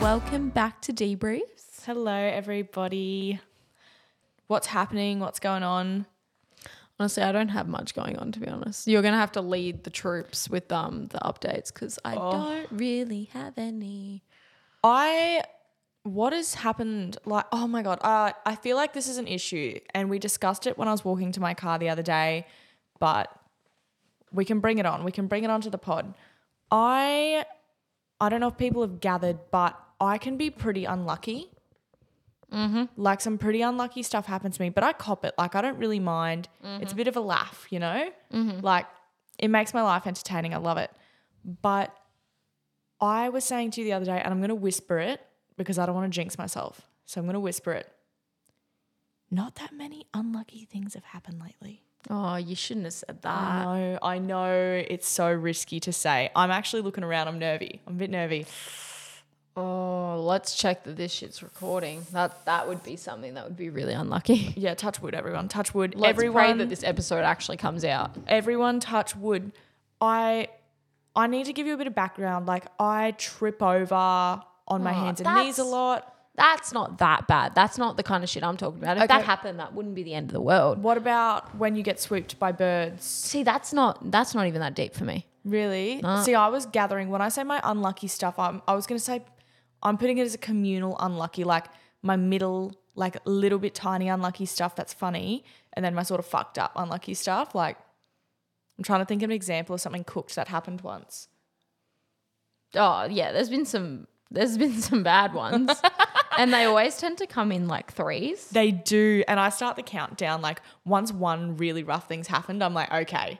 Welcome back to Debriefs. Hello, everybody. What's happening? What's going on? Honestly, I don't have much going on to be honest. You're gonna have to lead the troops with um the updates because I Oh. don't really have any. I, what has happened? Like, oh my God, uh, I feel like this is an issue. And we discussed it when I was walking to my car the other day, but we can bring it on. We can bring it onto the pod. I, I don't know if people have gathered, but I can be pretty unlucky. Mm-hmm. Like, some pretty unlucky stuff happens to me, but I cop it. Like, I don't really mind. It's a bit of a laugh, you know? Like, it makes my life entertaining. I love it. But I was saying to you the other day, and I'm going to whisper it because I don't want to jinx myself. So I'm going to whisper it. Not that many unlucky things have happened lately. Oh, you shouldn't have said I that. know, I know it's so risky to say. I'm actually looking around. I'm nervy. I'm a bit nervy. Oh, let's check that this shit's recording. That that would be something that would be really unlucky. Yeah, touch wood, everyone. Touch wood. Let's everyone, pray that this episode actually comes out. everyone touch wood. I I need to give you a bit of background. Like I trip over on my Oh, hands and knees a that's- lot. That's not that bad. That's not the kind of shit I'm talking about. If that Okay. happened, that wouldn't be the end of the world. What about when you get swooped by birds? See, that's not that's not even that deep for me. Really? See, I was gathering when I say my unlucky stuff. I'm, I was gonna say, I'm putting it as a communal unlucky, like my middle, like little bit tiny unlucky stuff that's funny, and then my sort of fucked up unlucky stuff. Like, I'm trying to think of an example of something cooked that happened once. Oh yeah, there's been some there's been some bad ones, and they always tend to come in like threes. They do, and I start the countdown. Like once one really rough thing's happened, I'm like, okay,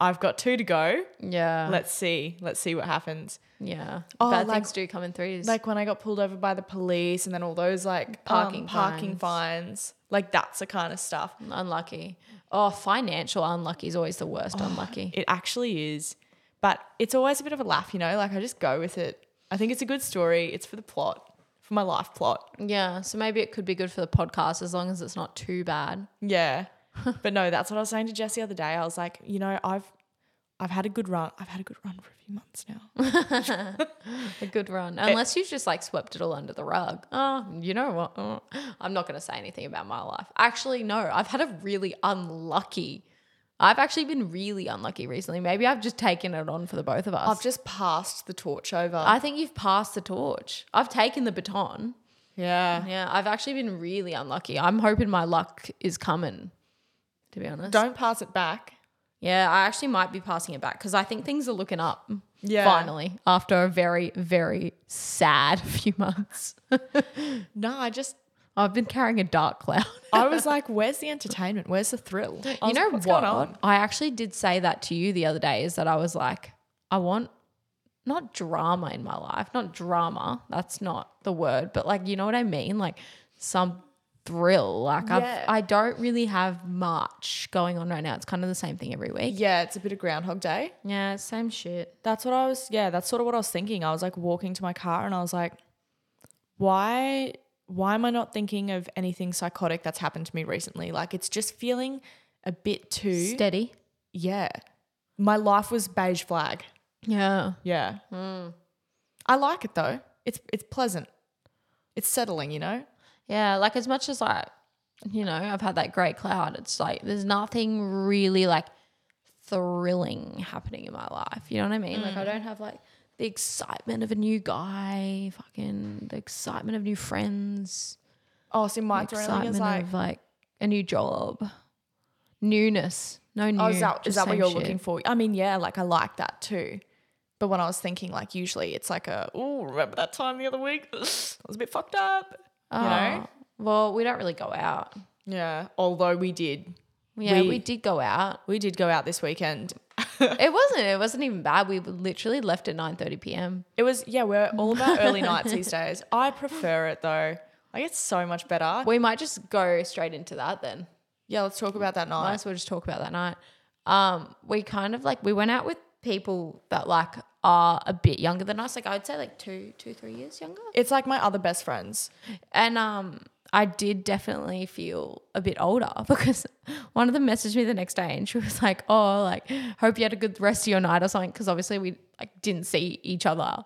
I've got two to go. Yeah, Let's see, let's see what happens. yeah. Oh, bad like- things do come in threes. like when I got pulled over by the police and then all those like Um, Parking parking parking fines. Like that's the kind of stuff. unlucky. Oh, financial unlucky is always the worst unlucky. It actually is. But it's always a bit of a laugh, you know? Like I just go with it. I think it's a good story. It's for the plot, for my life plot. Yeah, so maybe it could be good for the podcast as long as it's not too bad. Yeah. but no, that's what I was saying to Jess the other day. I was like, you know, I've I've had a good run. I've had a good run for a few months now. A good run, unless you've just like swept it all under the rug. Oh, you know what? Oh, I'm not going to say anything about my life. Actually, no, I've had a really unlucky. I've actually been really unlucky recently. Maybe I've just taken it on for the both of us. I've just passed the torch over. I think you've passed the torch. I've taken the baton. yeah. Yeah, I've actually been really unlucky. I'm hoping my luck is coming, to be honest. Don't pass it back. Yeah, I actually might be passing it back because I think things are looking up. Yeah. Finally, after a very, very sad few months, No, I just I've been carrying a dark cloud. I was like, where's the entertainment? Where's the thrill? I you was know like, "What's what? going on?" I actually did say that to you the other day is that I was like, I want not drama in my life, not drama, that's not the word, but like, you know what I mean? Like some thrill. Like, Yeah. I've, I don't really have much going on right now. It's kind of the same thing every week. Yeah, it's a bit of Groundhog Day. Yeah, it's same shit. That's what I was, yeah, that's sort of what I was thinking. I was like walking to my car and I was like, why, why am I not thinking of anything psychotic that's happened to me recently? Like it's just feeling a bit too, Steady. yeah. My life was beige flag. Yeah. Yeah. I like it though. It's, it's pleasant. It's settling, you know? Yeah, like as much as I, you know, I've had that great cloud, it's like there's nothing really like thrilling happening in my life. You know what I mean? Like I Mm. don't have like the excitement of a new guy, fucking the excitement of new friends, Oh, see, my the thrilling excitement is like, of like a new job, newness. No new. oh, is that, is just that what same you're shit. looking for? I mean, yeah, like I like that too. But when I was thinking, like usually it's like a, oh, remember that time the other week? I was a bit fucked up. Oh, know? Well, we don't really go out. Yeah, although we did. Yeah, We- we did go out. We did go out this weekend. It wasn't. It wasn't even bad. We literally left at nine thirty p.m. It was, yeah, we're all about early nights these days. I prefer it though. Like it's so much better. We might just go straight into that then. Yeah, let's talk about that Might night. as well just talk about that night. Um, we kind of like we went out with people that like are a bit younger than us. Like I would say like two, two, three years younger. It's like my other best friends. And um, I did definitely feel a bit older because one of them messaged me the next day and she was like, "Oh, like hope you had a good rest of your night or something." Because obviously we like didn't see each other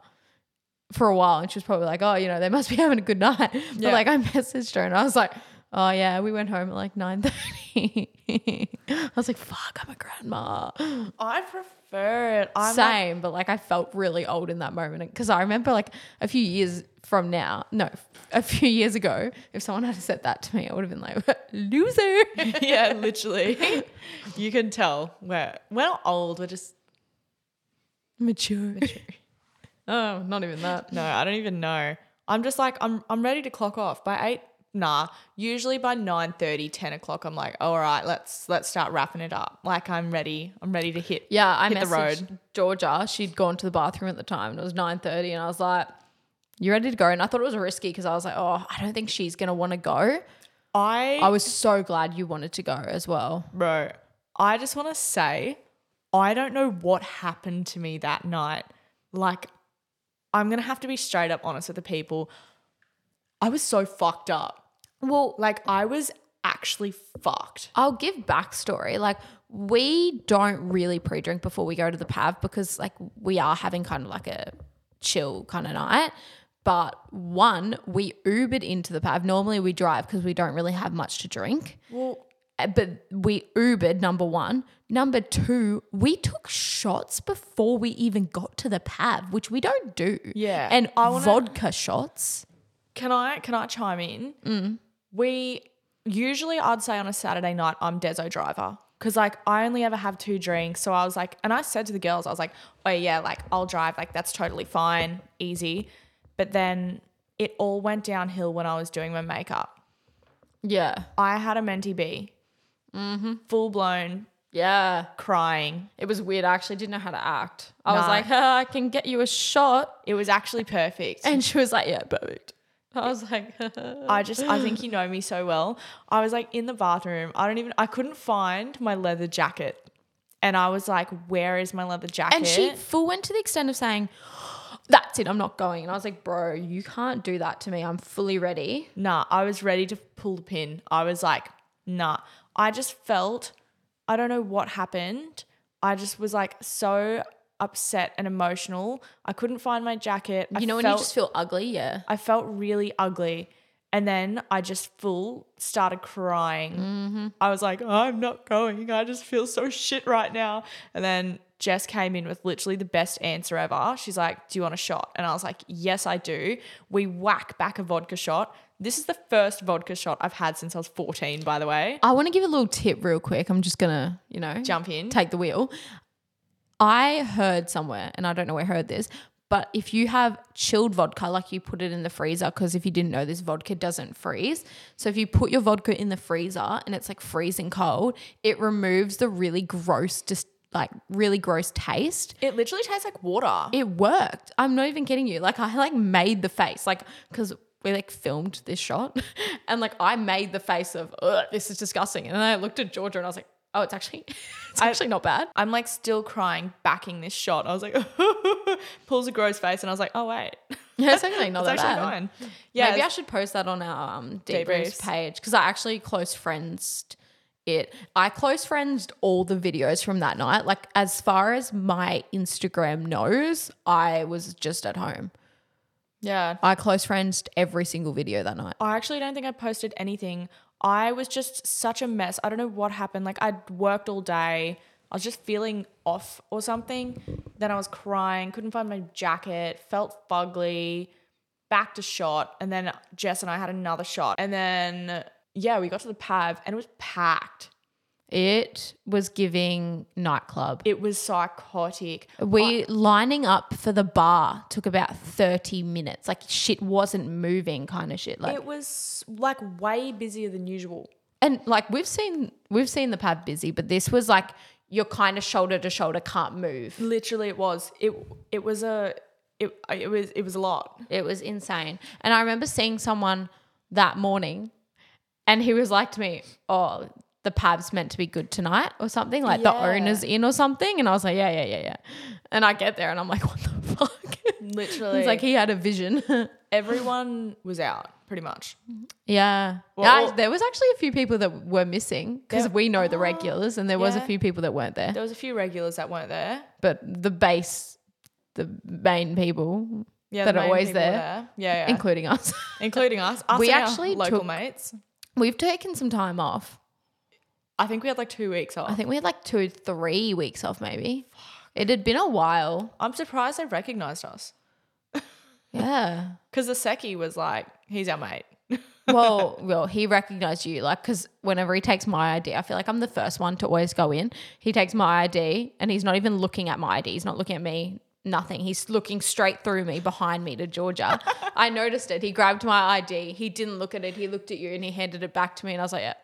for a while, and she was probably like, "Oh, you know, they must be having a good night." But Yeah. like, I messaged her, and I was like, "Oh yeah, we went home at like 9.30. I was like, "Fuck, I'm a grandma." I prefer it. I'm like- Same, but like I felt really old in that moment because I remember like a few years from now, no, a few years ago, if someone had said that to me, I would have been like, "Loser." yeah, literally. you can tell we're we're not old. We're just Mature. oh, not even that. no. I don't even know. I'm just like I'm. I'm ready to clock off by eight. Nah. Usually by 9, 10 o'clock, I'm like, all right, let's let's start wrapping it up. Like I'm ready. I'm ready to hit. Yeah, I Hit the messaged Georgia. She'd gone to the bathroom at the time. And it was nine thirty, and I was like, "You ready to go?" And I thought it was risky because I was like, "Oh, I don't think she's gonna want to go." I I was so glad you wanted to go as well. Bro, I just want to say, I don't know what happened to me that night. Like, I'm going to have to be straight up honest with the people. I was so fucked up. Well, Like, I was actually fucked. I'll give backstory. Like we don't really pre-drink before we go to the pav because like we are having kind of like a chill kind of night. But one, we Ubered into the pav. Normally we drive because we don't really have much to drink. Well, Uh, But we Ubered number one. Number two, we took shots before we even got to the pav, which we don't do. Yeah. And I wanna- vodka shots. can I can I chime in? We usually I'd say on a Saturday night I'm Deso driver because like I only ever have two drinks. So I was like, and I said to the girls, I was like, oh yeah, like I'll drive, like that's totally fine, easy. But then it all went downhill when I was doing my makeup. Yeah. I had a mentee B, full blown Yeah. crying. It was weird. I actually didn't know how to act. I was Nah. like, "Ah, I can get you a shot. It was actually perfect. And she was like, yeah, perfect. I was like, I just I think you know me so well. I was like in the bathroom. I don't even I couldn't find my leather jacket. And I was like, where is my leather jacket? and she full went to the extent of saying, that's it, I'm not going. And I was like, bro, you can't do that to me. I'm fully ready. Nah, I was ready to pull the pin. I was like, nah. I just felt I don't know what happened. I just was like so upset and emotional. I couldn't find my jacket. I You know, when you felt- just feel ugly, yeah. I felt really ugly. And then I just full started crying. Mm-hmm. I was like, "Oh, I'm not going. I just feel so shit right now. And then Jess came in with literally the best answer ever. She's like, Do you want a shot? And I was like, Yes, I do. We whack back a vodka shot. This is the first vodka shot I've had since I was 14, by the way. I want to give a little tip real quick. I'm just going to, you know, Jump in. Mm-hmm. take the wheel. I heard somewhere, and I don't know where I heard this, but if you have chilled vodka, like you put it in the freezer, because if you didn't know this, vodka doesn't freeze. So if you put your vodka in the freezer and it's like freezing cold, it removes the really gross, just like really gross taste. It literally tastes like water. It worked. I'm not even kidding you. Like I like made the face, like because we like filmed this shot, and like I made the face of Ugh, this is disgusting, and then I looked at Georgia and I was like, oh, it's actually, it's actually not bad. I'm like still crying, backing this shot. I was like, pulls a gross face. And I was like, Oh, wait. Yeah, it's actually not It's Oh, that actually bad. fine. Yeah. Maybe it's- I should post that on our um, debriefs Debriefs. page because I actually close friends it. I close friends all the videos from that night. Like as far as my Instagram knows, I was just at home. yeah. I close friends every single video that night. I actually don't think I posted anything. I was just such a mess. I don't know what happened. Like I'd worked all day. I was just feeling off or something. Then I was crying, couldn't find my jacket, felt fugly, back to shot, and then Jess and I had another shot. And then yeah, we got to the pav and it was packed. It was giving nightclub. It was psychotic. we lining up for the bar took about 30 minutes. Like shit wasn't moving kind of shit. Like It was like way busier than usual. and like we've seen we've seen the pub busy, but this was like you're kind of shoulder to shoulder, can't move. Literally it was. It it was a it, it was it was a lot. It was insane. And I remember seeing someone that morning, and he was like to me, "Oh, the pub's meant to be good tonight, or something like the Yeah. owner's in, or something." And I was like, "Yeah, yeah, yeah, yeah." And I get there, and I'm like, "What the fuck?" Literally. It's like he had a vision. everyone was out pretty much. yeah. Well- Yeah, there was actually a few people that were missing because we know the regulars, and there was a yeah. few people that weren't there. There was a few regulars that weren't there. but the base, the main people Yeah, that the are main always people there. Yeah, yeah. including us. including us. us We and our actually local took- mates. We've taken some time off. I think we had like two weeks off. I think we had like two, three weeks off maybe. It had been a while. I'm surprised they recognized us Yeah. because the Seki was like, "He's our mate." well, well, he recognized you, like, because whenever he takes my ID, I feel like I'm the first one to always go in. He takes my ID, and he's not even looking at my ID. He's not looking at me. Nothing. He's looking straight through me, behind me to Georgia. I noticed it. He grabbed my ID. He didn't look at it. He looked at you, and he handed it back to me, and I was like, yeah.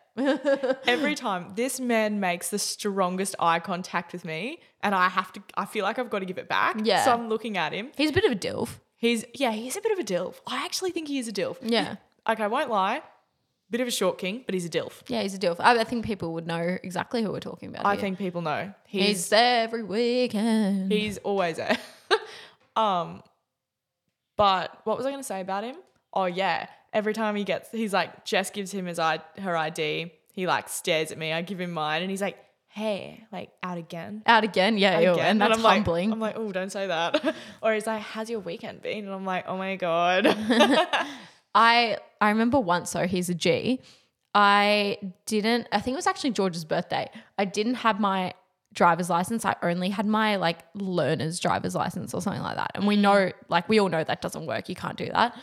Every time this man makes the strongest eye contact with me, and I have to, I feel like I've got to give it back. Yeah. So I'm looking at him. He's a bit of a dilf. He's yeah, he's a bit of a dilf. I actually think he is a dilf. Yeah. Like I won't lie, bit of a short king, but he's a dilf. Yeah, he's a dilf. I, I think people would know exactly who we're talking about. I here. think people know he's he's every weekend. He's always there. um, but what was I going to say about him? Oh yeah, every time he gets, he's like Jess gives him his I- her ID. He like stares at me. I give him mine, and he's like, "Hey, like out again." out again. Yeah, ew, again?" and that's I'm humbling. Like, I'm like, oh, don't say that. or he's like, how's your weekend been? And I'm like, oh my God. I I remember once though, he's a G. I didn't I think it was actually George's birthday. I didn't have my driver's license. I only had my like learner's driver's license or something like that. And we Mm-hmm. know like we all know that doesn't work. You can't do that.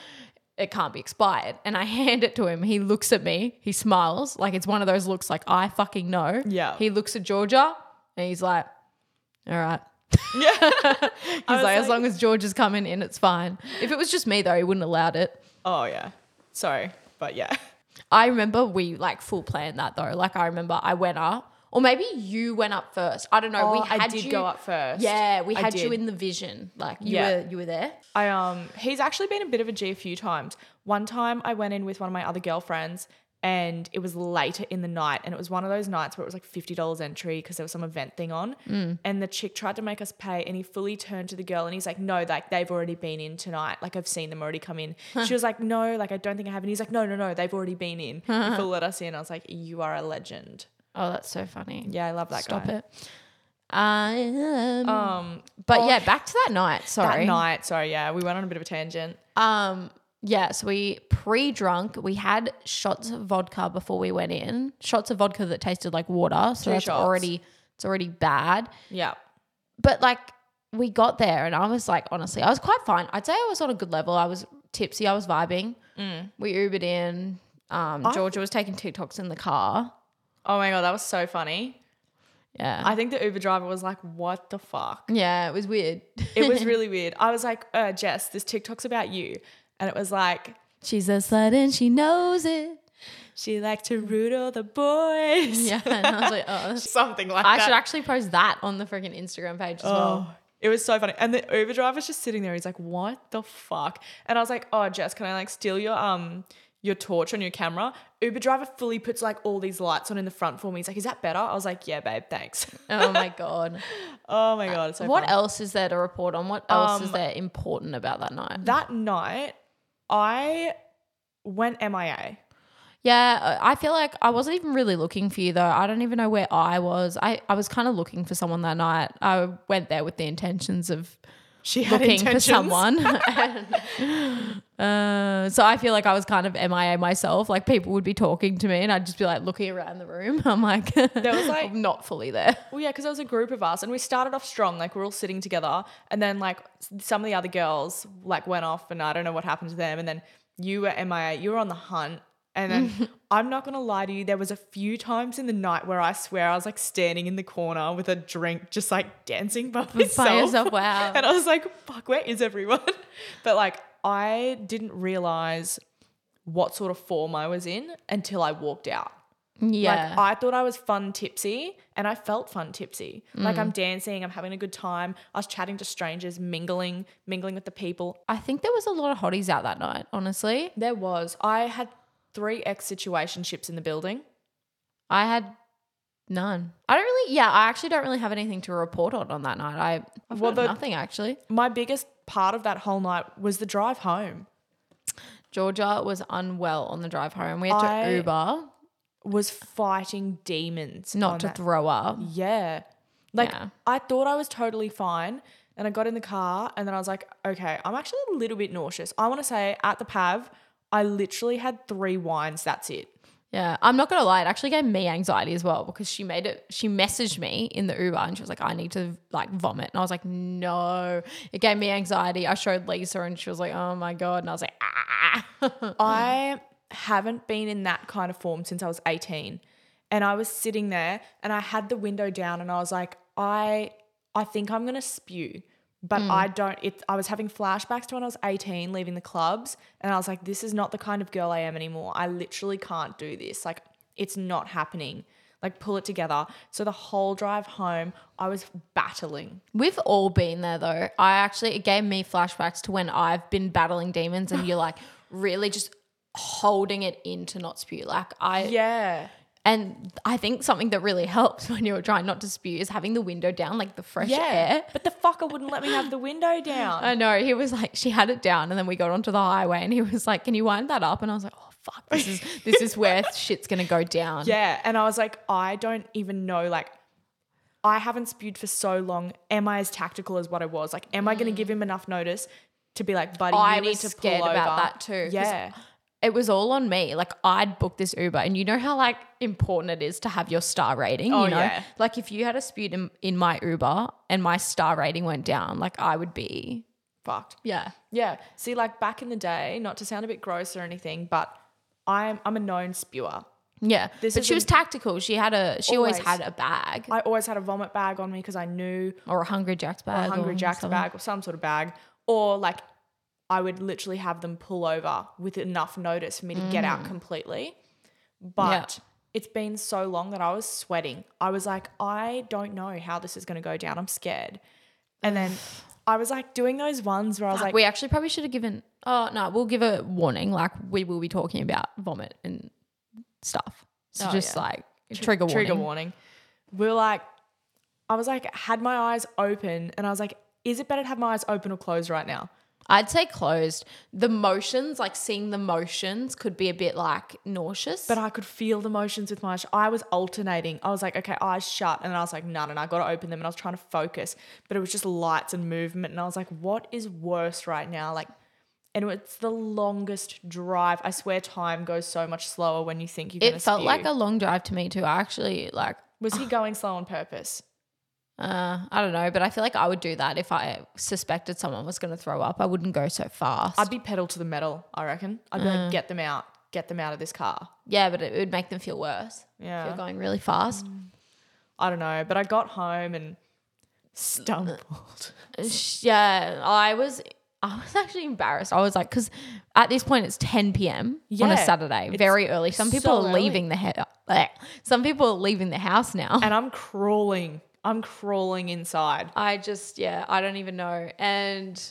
It can't be expired. And I hand it to him. He looks at me. He smiles. Like it's one of those looks like I fucking know. Yeah. He looks at Georgia and he's like, all right. yeah. He's was like, as like- long as George is coming in, it's fine. If it was just me though, he wouldn't allowed it. Oh yeah. Sorry, but yeah. I remember we like full planned that though. Like I remember I went up, or maybe you went up first. I don't know. Oh, we had I did you, go up first. Yeah, we I had you did. in the vision. Like you Yeah. were you were there. I um he's actually been a bit of a G a few times. One time I went in with one of my other girlfriends and it was later in the night and it was one of those nights where it was like $50 entry because there was some event thing on Mm. and the chick tried to make us pay and he fully turned to the girl and he's like no like they've already been in tonight like I've seen them already come in she was like no like I don't think I have and he's like no no no they've already been in he full let us in I was like you are a legend Oh, that's so funny. yeah I love that Stop guy it. Um, um but oh, yeah, back to that night. that Sorry. night sorry yeah we went on a bit of a tangent Um, yeah, so we pre-drunk. We had shots of vodka before we went in. Shots of vodka that tasted like water. So Two that's shots. already it's already bad. yeah but like we got there and I was like, honestly, I was quite fine. I'd say I was on a good level. I was tipsy. I was vibing. We Ubered in. Um, Georgia was taking TikToks in the car. oh my god that was so funny Yeah. I think the Uber driver was like, what the fuck? yeah, it was weird. It was really weird. I was like, uh, Jess, this TikTok's about you. And it was like, She's a slut and she knows it. she liked to roodle the boys. Yeah. And I was like, oh, that's- Something like I that. should actually post that on the freaking Instagram page as well. Oh, it was so funny. And the Uber driver's just sitting there. He's like, what the fuck? And I was like, oh, Jess, can I like steal your, um, your torch on your camera? Uber driver fully puts like all these lights on in the front for me. He's like, is that better? I was like, yeah, babe, thanks. Oh my God. oh my God. It's so Uh, what funny. else is there to report on? What else is Um, there important about that night? That night, I went MIA. Yeah, uh, I I feel like I wasn't even really looking for you though. I don't even know where I was. I, I was kind of looking for someone that night. I went there with the intentions of She had looking for intentions. someone. uh, so I feel like I was kind of MIA myself. Like people would be talking to me and I'd just be like looking around the room. I'm like, was, like- I'm not fully there. Well, yeah, because there was a group of us, and we started off strong. Like we we're all sitting together, and then like s- some of the other girls like went off, and I don't know what happened to them. And then you were MIA, you were on the hunt, and then I'm not gonna lie to you, there was a few times in the night where I swear I was like standing in the corner with a drink, just like dancing by myself. yourself, wow. and I was like, "Fuck, where is everyone?" But like I didn't realize what sort of form I was in until I walked out. Yeah. Like I thought I was fun tipsy and I felt fun tipsy. Like Mm. I'm dancing, I'm having a good time. I was chatting to strangers, mingling, mingling with the people. I, think there was a lot of hotties out that night, honestly. There was. I had three ex situationships in the building. I had none. I don't really, yeah, I actually don't really have anything to report on on that night. I, I've Well, got the- nothing actually. My biggest part of that whole night was the drive home. Georgia was unwell on the drive home. We had to I- Uber, Was fighting demons. on not to that. throw up. Yeah. Like Yeah. I thought I was totally fine. And I got in the car and then I was like, okay, I'm actually a little bit nauseous. I want to say at the PAV, I literally had three wines. That's it. Yeah, I'm not gonna lie. It actually gave me anxiety as well because she made it. She messaged me in the Uber and she was like, "I need to like vomit," and I was like, "No." It gave me anxiety. I showed Lisa and she was like, "Oh my god," and I was like, "Ah." I haven't been in that kind of form since I was 18. And I was sitting there and I had the window down and I was like, I I think I'm gonna spew. But I don't it I was having flashbacks to when I was 18 leaving the clubs and I was like, this is not the kind of girl I am anymore. I literally can't do this. Like it's not happening. Like pull it together. So the whole drive home, I was battling. We've all been there though. I actually it gave me flashbacks to when I've been battling demons and you're like really just holding it in to not spew. Like I Yeah. and I think something that really helps when you're trying not to spew is having the window down, like the fresh Yeah. air. But the fucker wouldn't let me have the window down. I know. He was like, she had it down, and then we got onto the highway, and he was like, "Can you wind that up?" And I was like, "Oh fuck, this is this is where shit's gonna go down." Yeah. And I was like, I don't even know. Like, I haven't spewed for so long. Am I as tactical as what I was? Like, am I going to give him enough notice to be like, buddy, Mm. I you need was to scared pull about over. that too, 'cause Yeah. It was all on me. Like I'd booked this Uber, and you know how like important it is to have your star rating. Oh, you know, yeah. like if you had a spewed in, in my Uber and my star rating went down, like I would be Fucked. yeah. Yeah. See, like back in the day, not to sound a bit gross or anything, but I'm I'm a known spewer. Yeah, This but she is was tactical. She had a she always, Always. had a bag I always had a vomit bag on me because I knew or a Hungry Jack's bag, or Hungry Jack's something. bag or some sort of bag, or like I would literally have them pull over with enough notice for me to get out completely. But it's been so long that I was sweating. I was like, I don't know how this is going to go down. I'm scared. And then I was like doing those ones where I was like, Ah, we actually probably should have given. Oh no, we'll give a warning. Like we will be talking about vomit and stuff. So Oh, just yeah. like trigger warning. trigger warning. We were like, I was like, had my eyes open, and I was like, is it better to have my eyes open or closed right now? I'd say closed. The motions, like seeing the motions, could be a bit like nauseous. but I could feel the motions with my. I was alternating. I was like, okay, eyes shut, and then I was like, no, no, no, I got to open them, and I was trying to focus, but it was just lights and movement, and I was like, what is worse right now? Like, and it's the longest drive. I swear, time goes so much slower when you think you're. Gonna it felt spew. like a long drive to me too. I actually like. Was he going slow on purpose? Uh, I don't know, but I feel like I would do that if I suspected someone was going to throw up. I wouldn't go so fast. I'd be pedal to the metal. I reckon. I'd be Mm. like, get them out, get them out of this car. yeah, but it would make them feel worse. If Yeah. you're going really fast. I don't know, but I got home and stumbled. Sh- Yeah, I was. I was actually embarrassed. I was like, because at this point it's 10 p.m. on Yeah, a Saturday, it's very early. Some people so are early. leaving the house. Some people are leaving the house now. and I'm crawling. I'm crawling inside. I just, yeah, I don't even know. And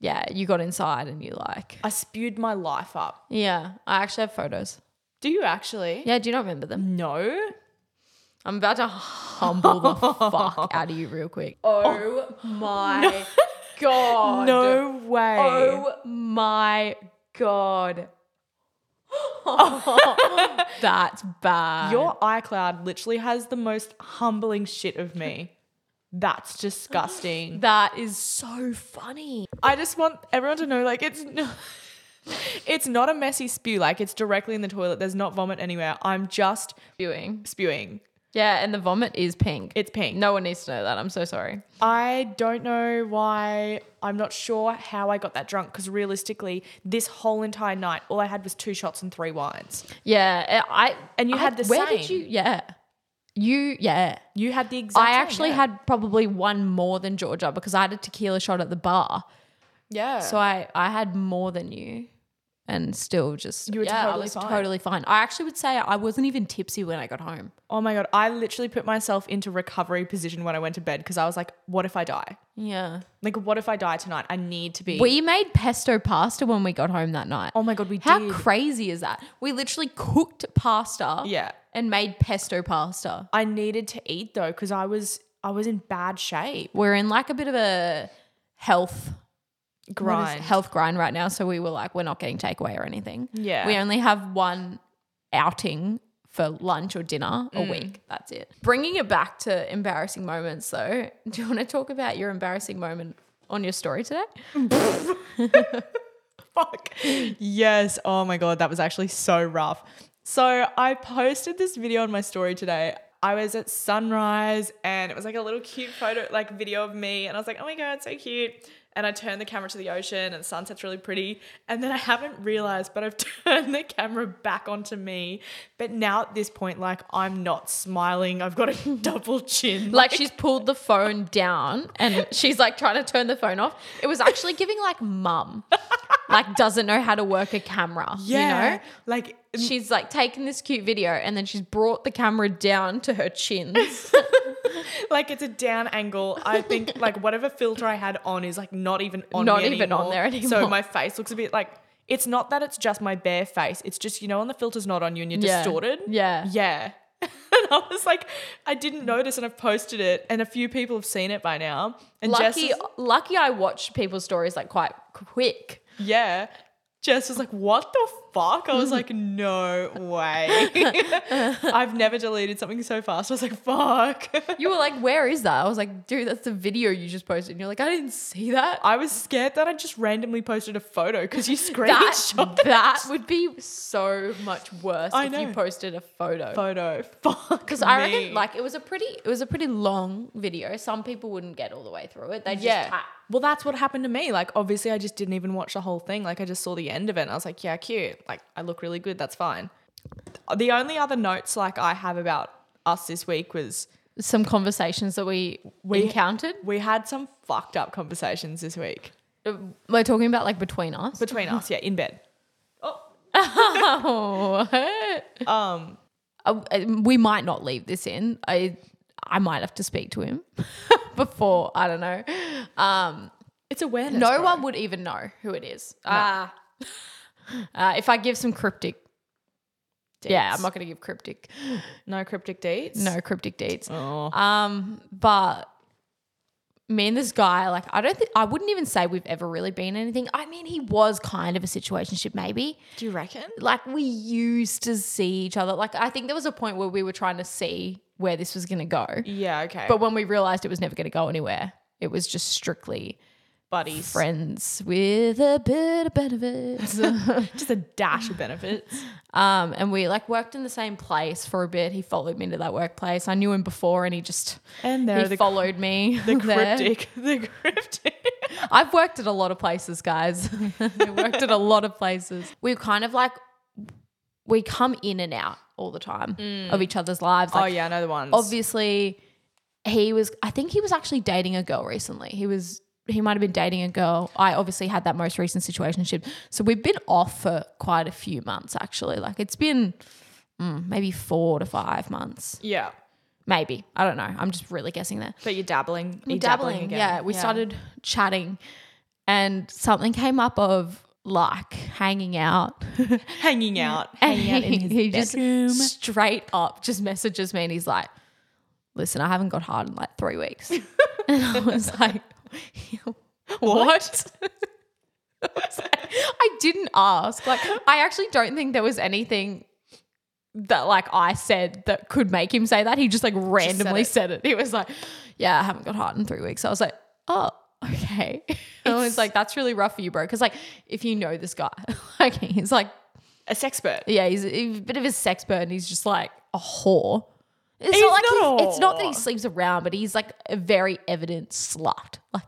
yeah, you got inside and you like, I spewed my life up. yeah. I actually have photos. Do you actually? Yeah, do you not remember them? No. I'm about to humble the fuck out of you real quick. Oh my god! No way. Oh my god. That's bad. Your iCloud literally has the most humbling shit of me. That's disgusting. that is so funny. I just want everyone to know like it's not it's not a messy spew like it's directly in the toilet. There's not vomit anywhere. I'm just Viewing. spewing. Yeah, and the vomit is pink. It's pink. no one needs to know that. I'm so sorry. I don't know why. I'm not sure how I got that drunk because realistically, this whole entire night, all I had was two shots and three wines. Yeah, eh, I And you I- had the where did same. you? Yeah, you. Yeah, You had the exact. I same, actually yeah. had probably one more than Georgia because I had a tequila shot at the bar, yeah. so I I had more than you, and still just You were yeah, totally I was fine. totally fine. I actually would say I wasn't even tipsy when I got home. Oh my god, I literally put myself into recovery position when I went to bed because I was like, what if I die? Yeah, Like what if I die tonight? I need to be we made pesto pasta when we got home that night. Oh my god, we How did. crazy is that? We literally cooked pasta yeah. and made pesto pasta. I needed to eat though cuz I was I was in bad shape. We're in like a bit of a health what is- Grind. health grind right now. So we were like, we're not getting takeaway or anything. Yeah. We only have one outing for lunch or dinner a Mm. week. That's it. Bringing it back to embarrassing moments, though, do you want to talk about your embarrassing moment on your story today? Fuck. Yes. Oh my God. That was actually so rough. So I posted this video on my story today. I was at sunrise and it was like a little cute photo, like video of me. And I was like, oh my God, so cute. And I turned the camera to the ocean and the sunset's really pretty. And then I haven't realized, but I've turned the camera back onto me. But now at this point, like I'm not smiling. I've got a double chin. Like she's pulled the phone down and she's like trying to turn the phone off. It was actually giving like mum, like doesn't know how to work a camera. You know? Like She's like taken this cute video and then she's brought the camera down to her chins. like it's a down angle. I think like whatever filter I had on is like not even on Not me even on there So anymore. my face looks a bit like it's not that it's just my bare face. It's just you know when the filter's not on you and you're Yeah. distorted. Yeah. Yeah. and I was like, I didn't notice, and I've posted it, and a few people have seen it by now. And Jess Lucky, is- lucky I watch people's stories like quite quick. yeah. Jess was like, what the fuck? I was like, no way. I've never deleted something so fast. I was like, fuck. You were like, where is that? I was like, dude, that's the video you just posted. And you're like, I didn't see that. I was scared that I just randomly posted a photo because you That, screenshot the that would be so much worse I if know. you posted a photo. photo. Fuck. Because I reckon like it was a pretty it was a pretty long video. Some people wouldn't get all the way through it. They just yeah. tap. Well, that's what happened to me. Like, obviously, I just didn't even watch the whole thing. Like, I just saw the end of it and I was like, yeah, cute. Like, I look really good. That's fine. The only other notes like I have about us this week was some conversations that we, We- encountered. we had some fucked up conversations this week Uh, We're talking about like between us. between us. Yeah, in bed. oh, Um, Uh, we might not leave this in. I I might have to speak to him before. I don't know. Um, it's awareness. no bro. one would even know who it is. Ah. uh, if I give some cryptic, yeah, Deets. I'm not going to give cryptic, no cryptic deeds. no cryptic deeds. Oh. Um, but me and this guy, like, I don't think I wouldn't even say we've ever really been anything. I mean, he was kind of a situationship, maybe. Do you reckon? Like we used to see each other. Like I think there was a point where we were trying to see where this was gonna go. Yeah. Okay. But when we realized it was never gonna go anywhere, it was just strictly buddies. friends with a bit of benefits. Just a dash of benefits. um, and we like worked in the same place for a bit. He followed me into that workplace. I knew him before and he just And he there are the, followed me. the there. cryptic. The cryptic. I've worked at a lot of places, guys. I worked at a lot of places. We kind of like we come in and out all the time of each other's lives. oh Like, yeah, I know the ones. Obviously, he was. I think he was actually dating a girl recently. He was. He might have been dating a girl. I obviously had that most recent situationship. So we've been off for quite a few months, actually. Like it's been mm, maybe four to five months, yeah, maybe. I don't know. I'm just really guessing there but you're dabbling. You're dabbling, yeah we started chatting and something came up of like hanging out hanging out, and hanging out in his he bedroom. just straight up just messages me and he's like listen i haven't got hard in like three weeks and i was like what I was like, I didn't ask. Like, I actually don't think there was anything that like I said that could make him say that. He just like randomly it. said, it. He was like, "Yeah, I haven't got hard in three weeks." I was like, "Oh, okay." I was like, "That's really rough for you, bro." Because like, if you know this guy, like he's like, a sexpert. yeah, he's a bit of a sex bird, and he's just like a whore. It's He's not like not a he's- it's not that he whore. sleeps around, but he's like a very evident slut. Like,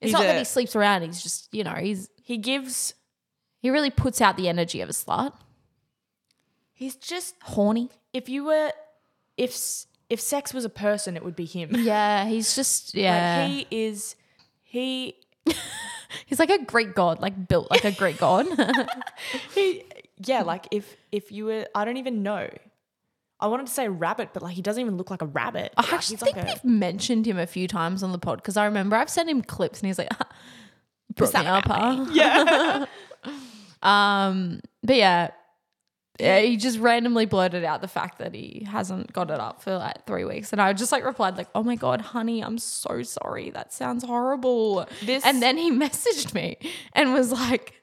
it's He's not a- that he sleeps around. He's just you know he's He gives. he really puts out the energy of a slut. He's just. Horny. If you were, if s- if sex was a person, it would be him. Yeah, he's just yeah. Like he is. He he's like a Greek god, like built like a Greek god. he. Yeah, like if if you were, I don't even know. I wanted to say rabbit, but like he doesn't even look like a rabbit. I Like, actually he's think like a- we've mentioned him a few times on the pod because I remember I've sent him clips and he's like, ah, brought me up, huh? yeah. Um, but yeah, yeah, he just randomly blurted out the fact that he hasn't got it up for like three weeks, and I just like replied like, "Oh my god, honey, I'm so sorry. That sounds horrible." This- and then he messaged me and was like,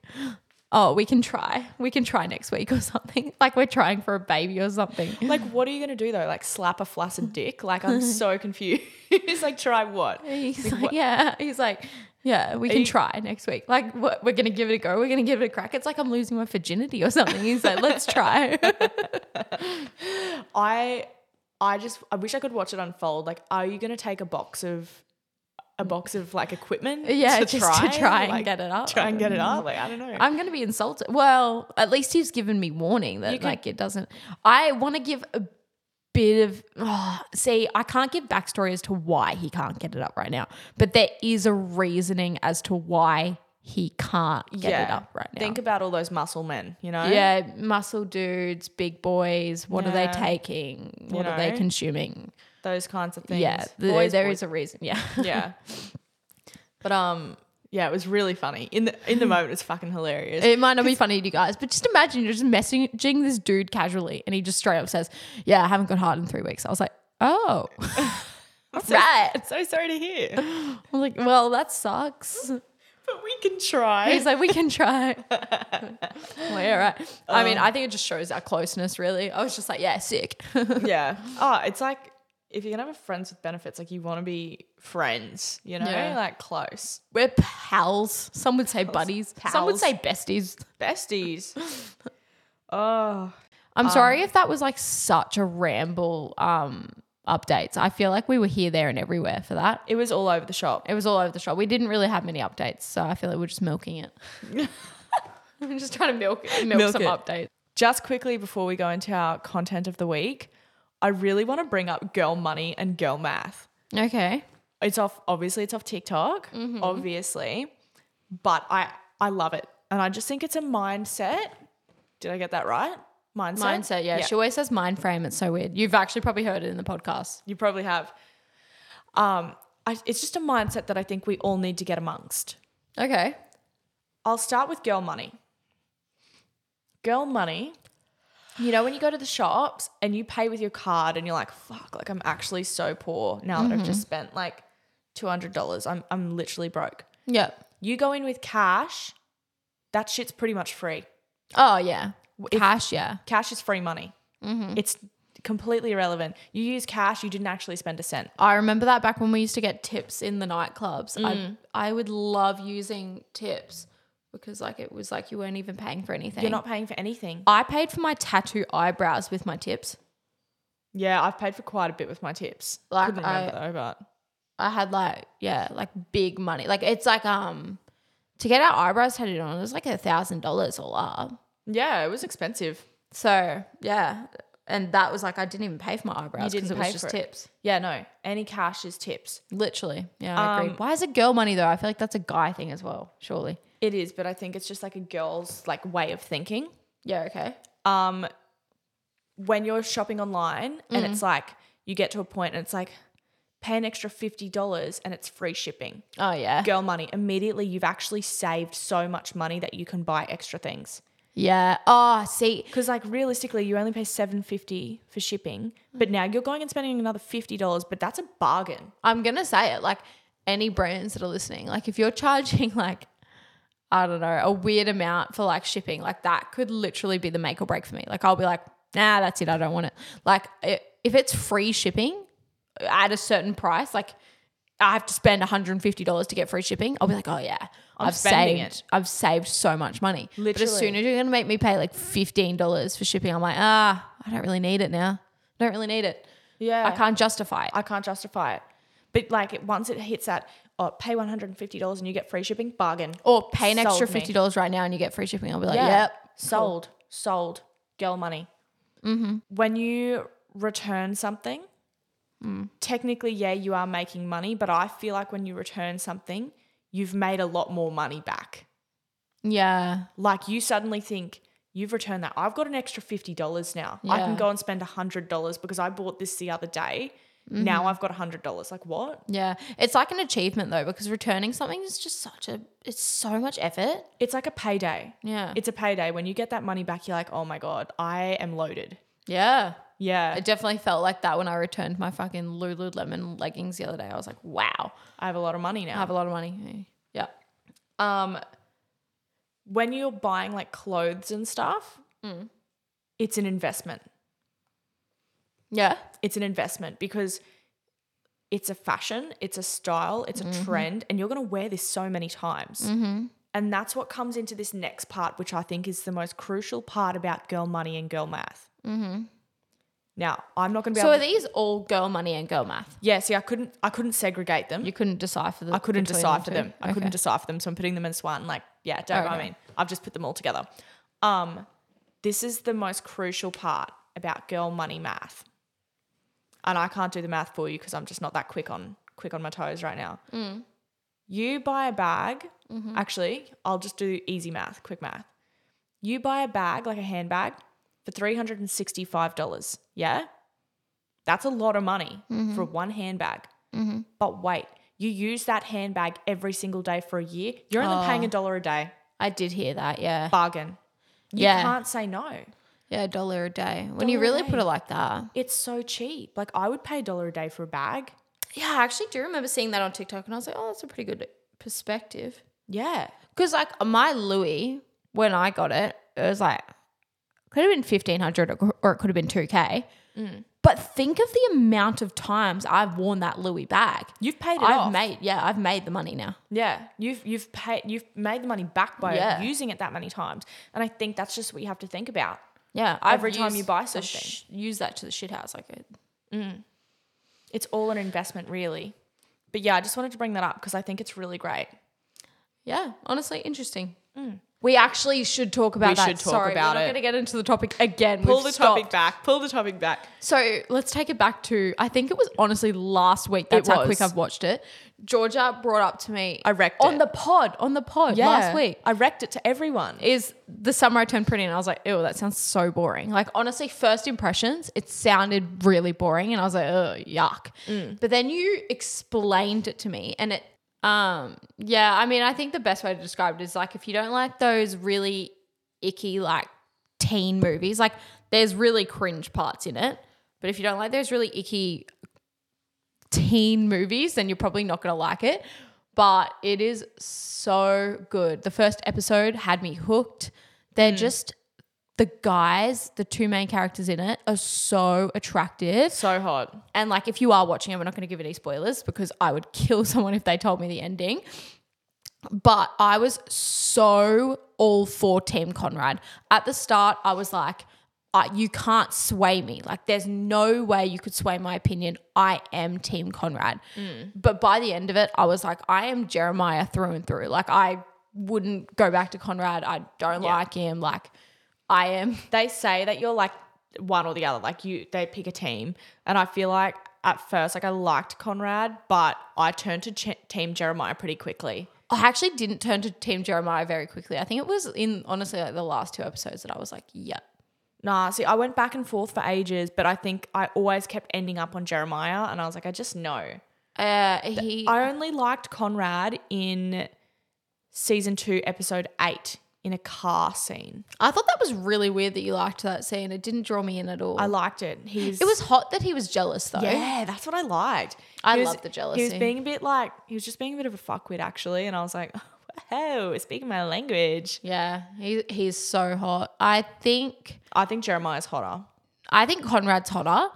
oh, we can try. We can try next week or something. Like we're trying for a baby or something. Like, what are you going to do though? Like, slap a flaccid dick? Like, I'm so confused. It's like, try what? He's Like, like, what- yeah. He's like, yeah, we can you- try next week. Like, we're, we're going to give it a go. We're going to give it a crack. It's like I'm losing my virginity or something. He's like, let's try. I, I just, I wish I could watch it unfold. Like, are you going to take a box of, a box of like equipment? yeah, just to try and Like, get it up. Try and get it up. Like, I don't know. I'm going to be insulted. Well, at least he's given me warning that, You can- like, it doesn't. I want to give a bit of. Oh, see, I can't give backstory as to why he can't get it up right now, but there is a reasoning as to why he can't get it up right now. Think about all those muscle men, you know? Yeah, muscle dudes, big boys. What are they Yeah. taking? What are know? they consuming? Those kinds of things. Yeah, the, Boys, there boys, is a reason. Yeah, yeah. But um, yeah, it was really funny in the in the moment. It's fucking hilarious. it might not be funny to you guys, but just imagine you're just messaging this dude casually, and he just straight up says, "Yeah, I haven't got hard in three weeks." I was like, "Oh, right." so sorry to hear, I'm like, "Well, that sucks." but we can try. He's like, "We can try." I'm like, all right. I mean, I think it just shows our closeness. Really, I was just like, "Yeah, sick." yeah. Oh, it's like if you're gonna have a friends with benefits, like you want to be friends, you know, Yeah. like close We're pals. Some would say buddies. Some would Pals. say besties. besties. oh, I'm sorry if that was like such a ramble um updates. I feel like we were here, there, and everywhere for that. it was all over the shop. It was all over the shop. We didn't really have many updates, so I feel like we're just milking it. I'm just trying to milk milk, Milk some it. updates. Just quickly before we go into our content of the week, I really want to bring up girl money and girl math. Okay. it's off obviously it's off TikTok, Mm-hmm. obviously. But I I love it. And I just think it's a mindset. Did I get that right? Mindset. Mindset, yeah. She always says mind frame. It's so weird. You've actually probably heard it in the podcast. You probably have. Um I, it's just a mindset that I think we all need to get amongst. Okay. I'll start with girl money. Girl money. You know when you go to the shops and you pay with your card and you're like, "Fuck, like I'm actually so poor now that I've just spent like $200. I'm I'm literally broke." Yeah. You go in with cash, that shit's pretty much free. Oh yeah. If- Cash, yeah. Cash is free money. It's completely irrelevant. You use cash, you didn't actually spend a cent. I remember that back when we used to get tips in the nightclubs. I I would love using tips because like it was like you weren't even paying for anything. You're not paying for anything. I paid for my tattoo eyebrows with my tips. Yeah, I've paid for quite a bit with my tips. Like, Couldn't remember though, but I had like yeah, like big money. Like it's like um to get our eyebrows tattooed on, it was like a thousand dollars all up. yeah, it was expensive. So yeah, and that was like I didn't even pay for my eyebrows You didn't because it was pay just for it. tips. Yeah, no, any cash is tips. Literally, yeah, I Um, agree. Why is it girl money though? I feel like that's a guy thing as well. Surely, It is, but I think it's just like a girl's like way of thinking. yeah, okay, um, when you're shopping online and it's like you get to a point and it's like pay an extra $50 and it's free shipping oh yeah, girl money immediately you've actually saved so much money that you can buy extra things yeah. Oh, see, because like realistically you only pay 750 for shipping but now you're going and spending another $50 but that's a bargain I'm gonna say it. Like any brands that are listening, like if you're charging like I don't know a weird amount for like shipping, like that could literally be the make or break for me. Like I'll be like, nah, that's it. I don't want it. Like i if it's free shipping at a certain price, like I have to spend $150 to get free shipping. I'll be like, oh yeah, i have spending saved. it. I've saved so much money. But as Literally. soon as you're gonna make me pay like $15 for shipping, I'm like, ah, I don't really need it now. I don't really need it. yeah I can't justify it. I can't justify it but like it, once it hits that oh, pay $150 and you get free shipping bargain or pay an extra Sold me. fifty dollars right now and you get free shipping. I'll be like, Yeah. yep, Sold. Sold. Girl money. Mm-hmm. When you return something, Mm. technically, yeah, you are making money, but I feel like when you return something, you've made a lot more money back. yeah, Like you suddenly think, you've returned that. I've got an extra $50 now. I Yeah. can go and spend $100 because I bought this the other day. Mm-hmm. Now I've got $100. Like what? yeah. It's like an achievement though because returning something is just such a it's so much effort. It's like a payday. Yeah, It's a payday. When you get that money back, you're like, oh my God, I am loaded. yeah. I Yeah. definitely felt like that when I returned my fucking Lululemon leggings the other day. I was like, wow, I have a lot of money now. I have a lot of money. Yeah, Um, when you're buying like clothes and stuff, Mm. it's an investment. Yeah. It's an investment because it's a fashion, it's a style, it's a Mm-hmm. trend, and you're going to wear this so many times. And that's what comes into this next part, which I think is the most crucial part about girl money and girl math. Mm-hmm. Now, I'm not going to be So able. are to, these all girl money and girl math? yeah, see, I couldn't, I couldn't segregate them. You couldn't decipher them. I couldn't between decipher two? them. I couldn't Okay. decipher them. So I'm putting them in SWAT and like, yeah, don't I Okay. mean, I've just put them all together. Um, this is the most crucial part about girl money math. And I can't do the math for you because I'm just not that quick on quick on my toes right now. Mm. You buy a bag. Mm-hmm. Actually, I'll just do easy math, quick math. You buy a bag, like a handbag, for $365. Yeah? That's a lot of money Mm-hmm. for one handbag. But wait, you use that handbag every single day for a year. You're only Oh. paying a dollar a day. I did hear that. Yeah. Bargain. You Yeah. can't say no. Yeah, a dollar a day. When you Dollar a really day. put it like that. It's so cheap. Like I would pay a dollar a day for a bag. Yeah, I actually do remember seeing that on TikTok and I was like, oh, that's a pretty good perspective. Yeah. Because like my Louis, when I got it, it was like could have been fifteen hundred or it could have been two k. Mm. But think of the amount of times I've worn that Louis bag. You've paid it I've off. made yeah, I've made the money now. yeah. You've you've paid you've made the money back by Yeah. using it that many times. And I think that's just what you have to think about. Yeah, Every time you buy the something. sh- use that to the shit house. Like, it- It's all an investment really. But yeah, I just wanted to bring that up because I think it's really great. yeah, honestly, interesting. We actually should talk about Mm. We that. should talk Sorry, about we're it. not going to get into the topic again. We've stopped. back. Pull the topic back. So let's take it back to I think it was honestly last week. That's It how quick was. I've watched it. Georgia brought up to me. I wrecked on it. the pod on the pod last week. I wrecked it to everyone. Is the summer I turned pretty and I was like, ew, that sounds so boring. Like honestly, first impressions, it sounded really boring, and I was like, oh yuck. Mm. But then you explained it to me, and it, um, yeah. I mean, I think the best way to describe it is like if you don't like those really icky like teen movies, like there's really cringe parts in it, but if you don't like those really icky teen movies, then you're probably not going to like it. But it is so good. The first episode had me hooked. They're just the guys, the two main characters in it, are so attractive. so hot. And like, if you are watching it, we're not going to give any spoilers because I would kill someone if they told me the ending. But I was so all for Team Conrad. At the start, I was like, uh, you can't sway me. Like, there's no way you could sway my opinion. I am Team Conrad. But by the end of it, I was like, I am Jeremiah through and through. Like, I wouldn't go back to Conrad. I don't like him. Like, I am. they say that you're like one or the other. Like you, they pick a team, and I feel like at first, like I liked Conrad, but I turned to Ch- Team Jeremiah pretty quickly. I actually didn't turn to Team Jeremiah very quickly. I think it was in honestly like the last two episodes that I was like, yeah. Nah, see, I went back and forth for ages, but I think I always kept ending up on Jeremiah, and I was like, I just know. Uh, he I only liked Conrad in season two, episode eight, in a car scene. I thought that was really weird that you liked that scene. It didn't draw me in at all. I liked it. He's it was hot that he was jealous though. Yeah, that's what I liked. I He was- love the He was jealousy. being a bit like he was just being a bit of a fuckwit actually, and I was like, oh, speaking my language. Yeah, he he's so hot. I think I think Jeremiah's hotter. I think Conrad's hotter,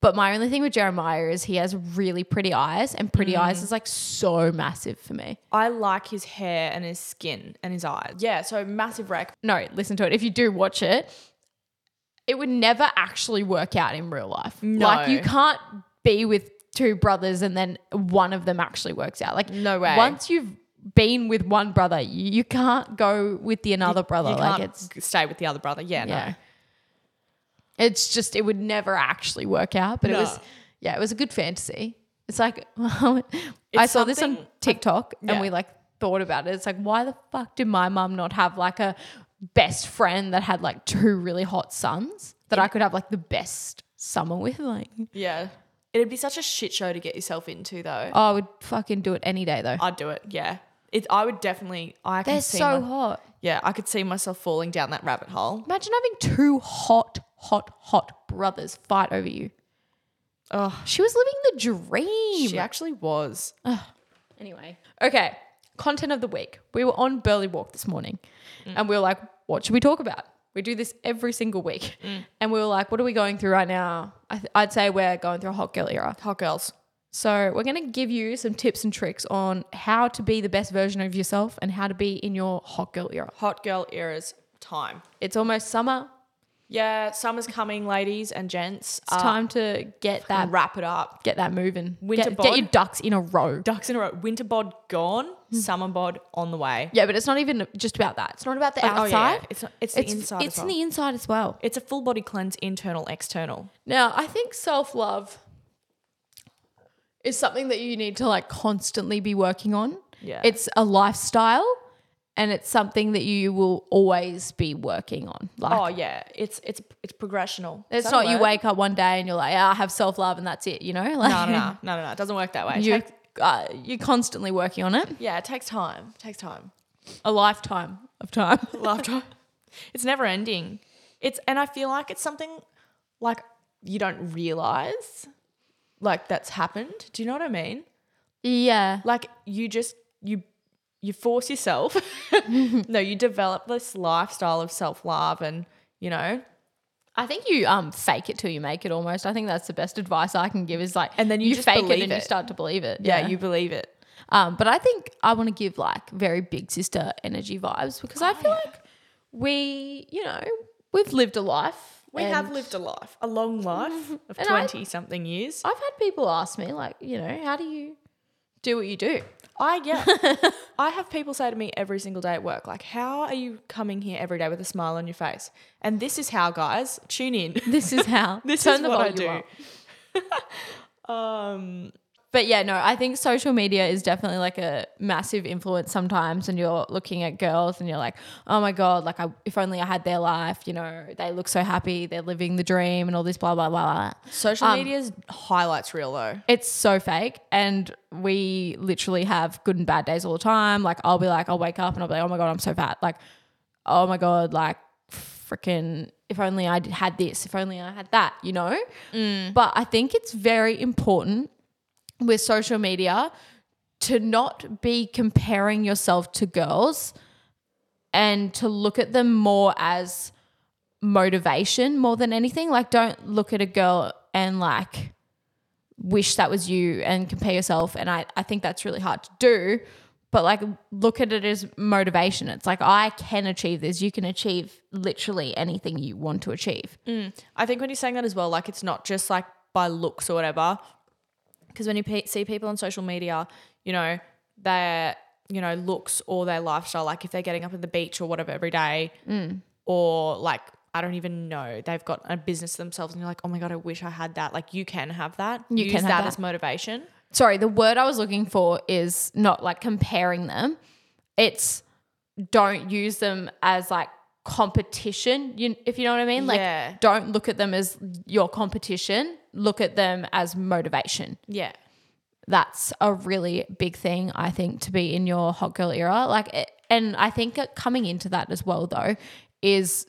but my only thing with Jeremiah is he has really pretty eyes, and pretty Mm. eyes is like so massive for me. I like his hair and his skin and his eyes. Yeah, so massive wreck. No, listen to it. If you do watch it, it would never actually work out in real life. No. Like you can't be with two brothers and then one of them actually works out. Like No way. Once you've been with one brother, you, you can't go with the another brother. You like can't it's stay with the other brother. Yeah, yeah. no. It's just it would never actually work out, but it No. was yeah, it was a good fantasy. It's like I saw this on something- TikTok and Yeah. we like thought about it. It's like why the fuck did my mum not have like a best friend that had like two really hot sons that I could have like the best summer with like oh, Yeah. It'd be such a shit show to get yourself into though. oh, I would fucking do it any day though. I'd do it. Yeah. It, I would definitely. I They're can see so my- hot. yeah, I could see myself falling down that rabbit hole. Imagine having two hot, hot, hot brothers fight over you. Oh, She was living the dream. she actually was. Anyway. Okay. content of the week. We were on Burley Walk this morning Mm. and we were like, what should we talk about? We do this every single week. Mm. And we were like, what are we going through right now? I th- I'd say we're going through a hot girl era. Hot girls. So, we're going to give you some tips and tricks on how to be the best version of yourself and how to be in your hot girl era. Hot girl eras time. It's almost summer. Yeah, summer's coming, ladies and gents. Uh, It's time to get that wrap it up. get that moving. Winter get, bod. get your ducks in a row. Ducks in a row. Winter bod gone, Hmm. summer bod on the way. Yeah, but it's not even just about that. It's not about the Like, oh, outside. yeah, yeah. It's, it's the It's inside. It's as in well. the inside as well. it's a full body cleanse, internal, external. Now, I think self love is something that you need to like constantly be working on. Yeah. It's a lifestyle and it's something that you will always be working on. Like, Oh yeah, it's it's it's progressional. Is it's that a not you word? wake up one day and you're like, ah, I have self love and that's it, you know? Like, No, no, no, no, no, no. It doesn't work that way. It You, takes- uh, you're constantly working on it. yeah, it takes time. It takes time. A lifetime of time. Laughter. it's never ending. It's and I feel like it's something like you don't realize like that's happened. Do you know what I mean? yeah. Like you just you you force yourself. no, you develop this lifestyle of self love and you know I think you um fake it till you make it almost. I think that's the best advice I can give is like And then you just fake it believe and you it. start to believe it. yeah, you believe it. um but I think I want to give like very big sister energy vibes because I feel like we, you know, we've lived a life. We and have lived a life, a long life of And I- twenty something years. I've had people ask me like, you know, how do you do what you do? I yeah. I have people say to me every single day at work, like, how are you coming here every day with a smile on your face? And this is how, guys, tune in. This is how. This Turn is the what I volume do. up. Um, But yeah, no, I think social media is definitely like a massive influence sometimes. And you're looking at girls and you're like, oh my God, like, I, if only I had their life, you know, they look so happy, they're living the dream and all this, blah, blah, blah, blah. social media's highlights real though. It's so fake. And we literally have good and bad days all the time. Like, I'll be like, I'll wake up and I'll be like, oh my God, I'm so fat. Like, oh my God, like, freaking, if only I had this, if only I had that, you know? But I think it's very important with social media to not be comparing yourself to girls and to look at them more as motivation more than anything. Like, don't look at a girl and like wish that was you and compare yourself. And I, I think that's really hard to do. But like, look at it as motivation. It's like, I can achieve this. You can achieve literally anything you want to achieve. I think when you're saying that as well, like it's not just like by looks or whatever. Because when you pe- see people on social media, you know, their, you know, looks or their lifestyle, like if they're getting up at the beach or whatever every day, Mm. or like, I don't even know, they've got a business themselves and you're like, oh my God, I wish I had that. Like you can have that. You Use can have that, that. as motivation. sorry, the word I was looking for is not like comparing them. It's don't use them as like competition. You if you know what I mean? Like Yeah. don't look at them as your competition. Look at them as motivation. Yeah. That's a really big thing I think to be in your hot girl era. Like it- and I think coming into that as well though is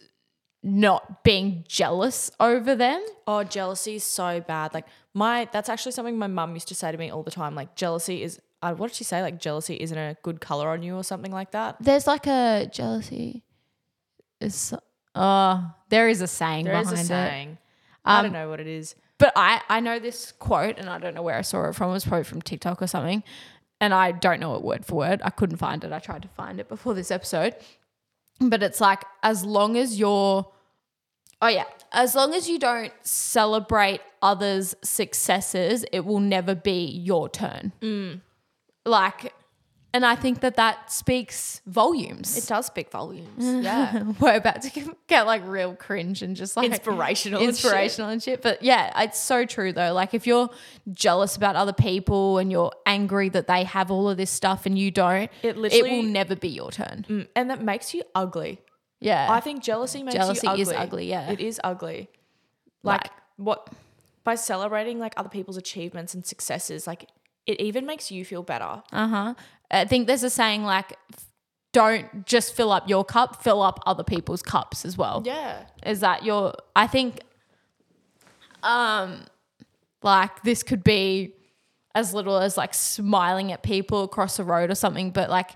not being jealous over them. Oh, jealousy is so bad. Like my, that's actually something my mum used to say to me all the time. Like jealousy is, uh, what did she say? Like jealousy isn't a good color on you or something like that. there's like a jealousy is uh there is a saying There is behind a it saying. I don't know what it is. but i i know this quote and i don't know where i saw it from it was probably from tiktok or something and i don't know it word for word i couldn't find it i tried to find it before this episode but it's like as long as you're oh yeah as long as you don't celebrate others successes it will never be your turn like and i think that that speaks volumes It does speak volumes. Yeah. we're about to get- get like real cringe and just like Inspirational and shit. inspirational and shit. But yeah, it's so true though. Like if you're jealous about other people and you're angry that they have all of this stuff and you don't, It literally- will never be your turn. Mm, and that makes you ugly. Yeah, I think jealousy makes Jealousy you ugly. is ugly, yeah. It is ugly. Like, Like- what by celebrating like other people's achievements and successes, like it even makes you feel better. uh huh. I think there's a saying like, f- don't just fill up your cup, fill up other people's cups as well. Yeah. is that your i think um like this could be as little as like smiling at people across the road or something, but like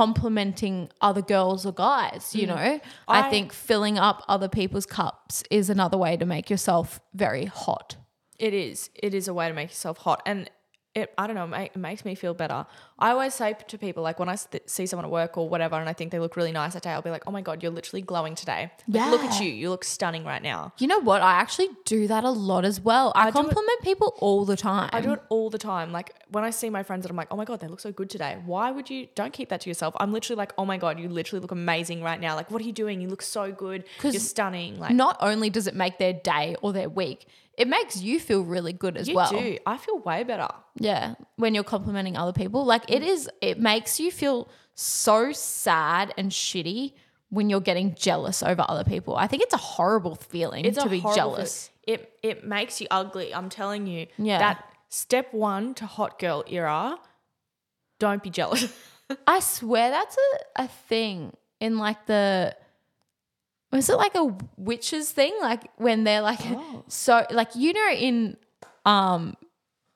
complimenting other girls or guys, you know? Mm. I, I- think filling up other people's cups is another way to make yourself very hot. It is. It is a way to make yourself hot, and it. I don't know. It, ma- it makes me feel better. I always say p- to people, like when I s- th- see someone at work or whatever, and I think they look really nice that day, I'll be like, "Oh my god, you're literally glowing today. Like, Look at Yeah. you. You look stunning right now." You know what? I actually do that a lot as well. I, do it- compliment people all the time. I do it all the time. Like when I see my friends and I'm like, oh my God, they look so good today. Why would you? Don't keep that to yourself. I'm literally like, oh my God, you literally look amazing right now. Like, what are you doing? You look so good. You're 'Cause stunning. Like, Not only does it make their day or their week, it makes you feel really good as you well. do. I feel way better. Yeah, when you're complimenting other people, like it is, it makes you feel so sad and shitty when you're getting jealous over other people. I think it's a horrible feeling It's to a be horrible jealous. feel- It it makes you ugly. I'm telling you. Yeah. That step one to hot girl era. Don't be jealous. I swear that's a, a thing in like the was it like a witches thing? Like when they're like Oh. so like you know in um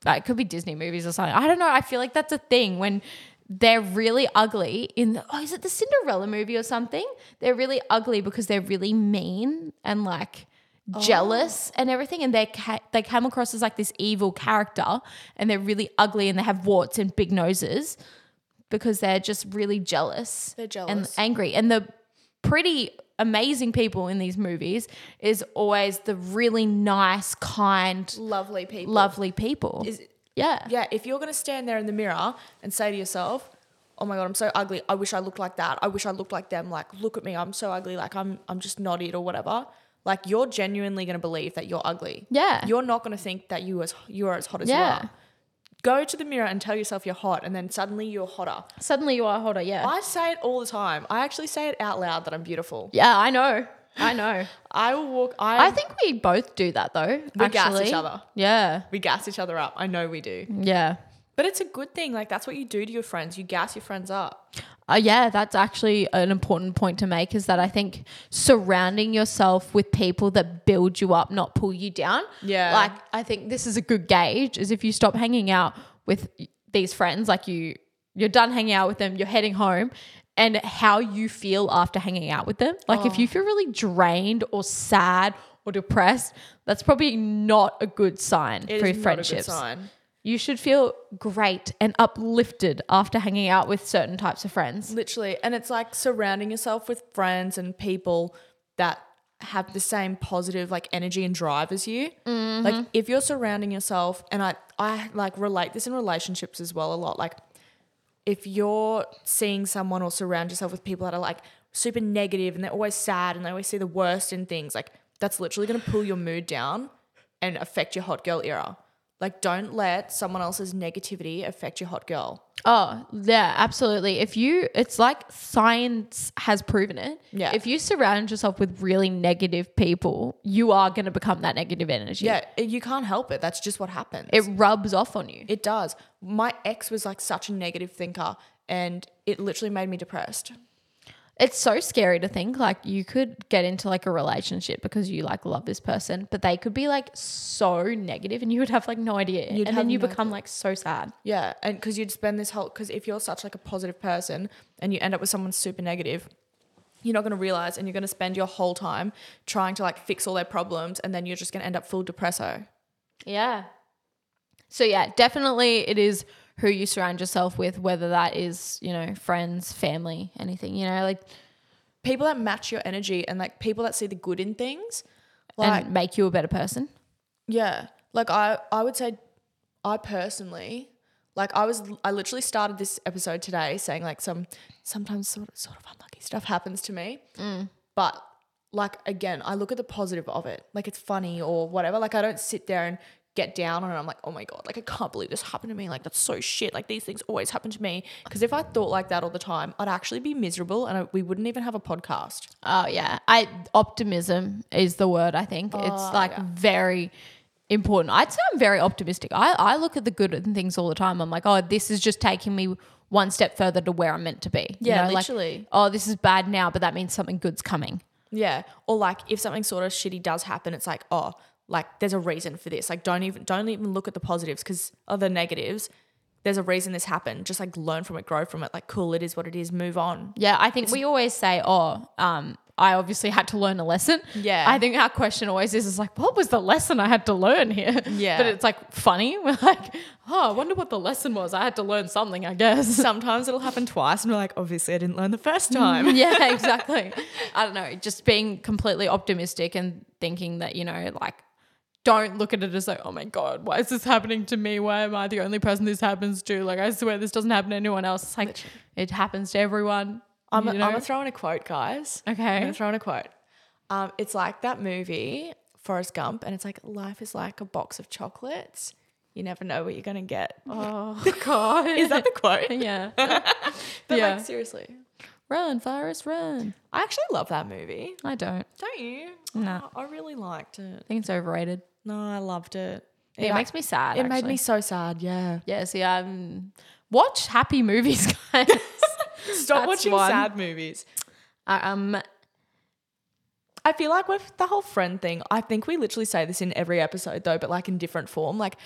like, it could be Disney movies or something. I don't know. I feel like that's a thing when they're really ugly in the oh, is it the Cinderella movie or something? They're really ugly because they're really mean and like Oh. jealous and everything and they ca- they come across as like this evil character and they're really ugly and they have warts and big noses because they're just really jealous They're and jealous. angry. And the pretty amazing people in these movies is always the really nice, kind, Lovely people. lovely people. Is- yeah. Yeah, if you're going to stand there in the mirror and say to yourself, "Oh my god, I'm so ugly. I wish I looked like that. I wish I looked like them. Like, look at me. I'm so ugly. Like, I'm I'm just not it or whatever." Like, you're genuinely going to believe that you're ugly. Yeah. You're not going to think that you as you are as hot as Yeah. you are. Go to the mirror and tell yourself you're hot, and then suddenly you're hotter. Suddenly you are hotter. Yeah. I say it all the time. I actually say it out loud that I'm beautiful. yeah, I know. I know. I will walk. I, I think we both do that though. We gas each actually. other. Yeah. we gas each other up. I know we do, Yeah. but it's a good thing. Like that's what you do to your friends. You gas your friends up. Uh, yeah, that's actually an important point to make is that I think surrounding yourself with people that build you up, not pull you down. Yeah. Like, I think this is a good gauge is if you stop hanging out with these friends, like you, you're done hanging out with them, you're heading home, and how you feel after hanging out with them. Like, Oh. if you feel really drained or sad or depressed, that's probably not a good sign It is for not a good friendships. sign. You should feel great and uplifted after hanging out with certain types of friends. Literally. And it's like surrounding yourself with friends and people that have the same positive like energy and drive as you. Like if you're surrounding yourself and I I like relate this in relationships as well a lot. Like if you're seeing someone or surround yourself with people that are like super negative and they're always sad and they always see the worst in things, like that's literally going to pull your mood down and affect your hot girl era. Like don't let someone else's negativity affect your hot girl. Oh, yeah, absolutely. If you, it's like science has proven it. Yeah. If you surround yourself with really negative people, you are going to become that negative energy. Yeah, it- you can't help it. That's just what happens. It rubs off on you. it does. My ex was like such a negative thinker and it literally made me depressed. It's so scary to think like you could get into like a relationship because you like love this person, but they could be like so negative and you would have like no idea. You'd and have then you no become like so sad. Yeah, and cuz you'd spend this whole cuz if you're such like a positive person and you end up with someone super negative, you're not going to realize and you're going to spend your whole time trying to like fix all their problems and then you're just going to end up full depresso. Yeah. So yeah, definitely it is who you surround yourself with, whether that is, you know, friends, family, anything, you know, like People that match your energy and like people that see the good in things, like and make you a better person. Yeah. Like I I would say I personally like I was I literally started this episode today saying like some sometimes sort of, sort of unlucky stuff happens to me. But like again, I look at the positive of it. Like it's funny or whatever. Like I don't sit there and get down on it. I'm like, "Oh my god, like I can't believe this happened to me. Like that's so shit. Like these things always happen to me." Cuz if I thought like that all the time, I'd actually be miserable and I, we wouldn't even have a podcast. Oh yeah, I optimism is the word I think. it's like very important. I'd say I'm very optimistic. I I look at the good in things all the time. I'm like, oh, this is just taking me one step further to where I'm meant to be. You Yeah, know, like, literally. oh, this is bad now, but that means something good's coming. Yeah. Or like if something sort of shitty does happen, it's like, oh, like there's a reason for this. Like don't even don't even look at the positives because of the negatives. There's a reason this happened. Just like learn from it, grow from it. Like cool, it is what it is. Move on. Yeah, I think we always say, "Oh, um, I obviously had to learn a lesson." Yeah. I think our question always is, "Is like, what was the lesson I had to learn here?" Yeah. but it's like funny. We're like, "Oh, I wonder what the lesson was. I had to learn something, I guess." Sometimes it'll happen twice, and we're like, obviously I didn't learn the first time. yeah, exactly. I don't know. Just being completely optimistic and thinking that you know, like, don't look at it as like, "Oh my god, why is this happening to me? Why am I the only person this happens to?" Like, I swear this doesn't happen to anyone else. It's like it happens to everyone. I'm, you know? I'm gonna throw in a quote, guys. I'm okay. gonna throw in a quote. Um, it's like that movie Forrest Gump, and it's like life is like a box of chocolates. You never know what you're gonna get. Oh god. Is that the quote? yeah. But Yeah. like seriously, Run, Forrest, run. I actually love that movie. I don't. Don't you? No. Oh, I really liked it. I think it's overrated. No, I loved it. It makes me sad. it made me so sad. Yeah. Yeah, see, um, watch happy movies, guys. Stop That's watching one. sad movies. um, I feel like with the whole friend thing, I think we literally say this in every episode though, but like in different form. Like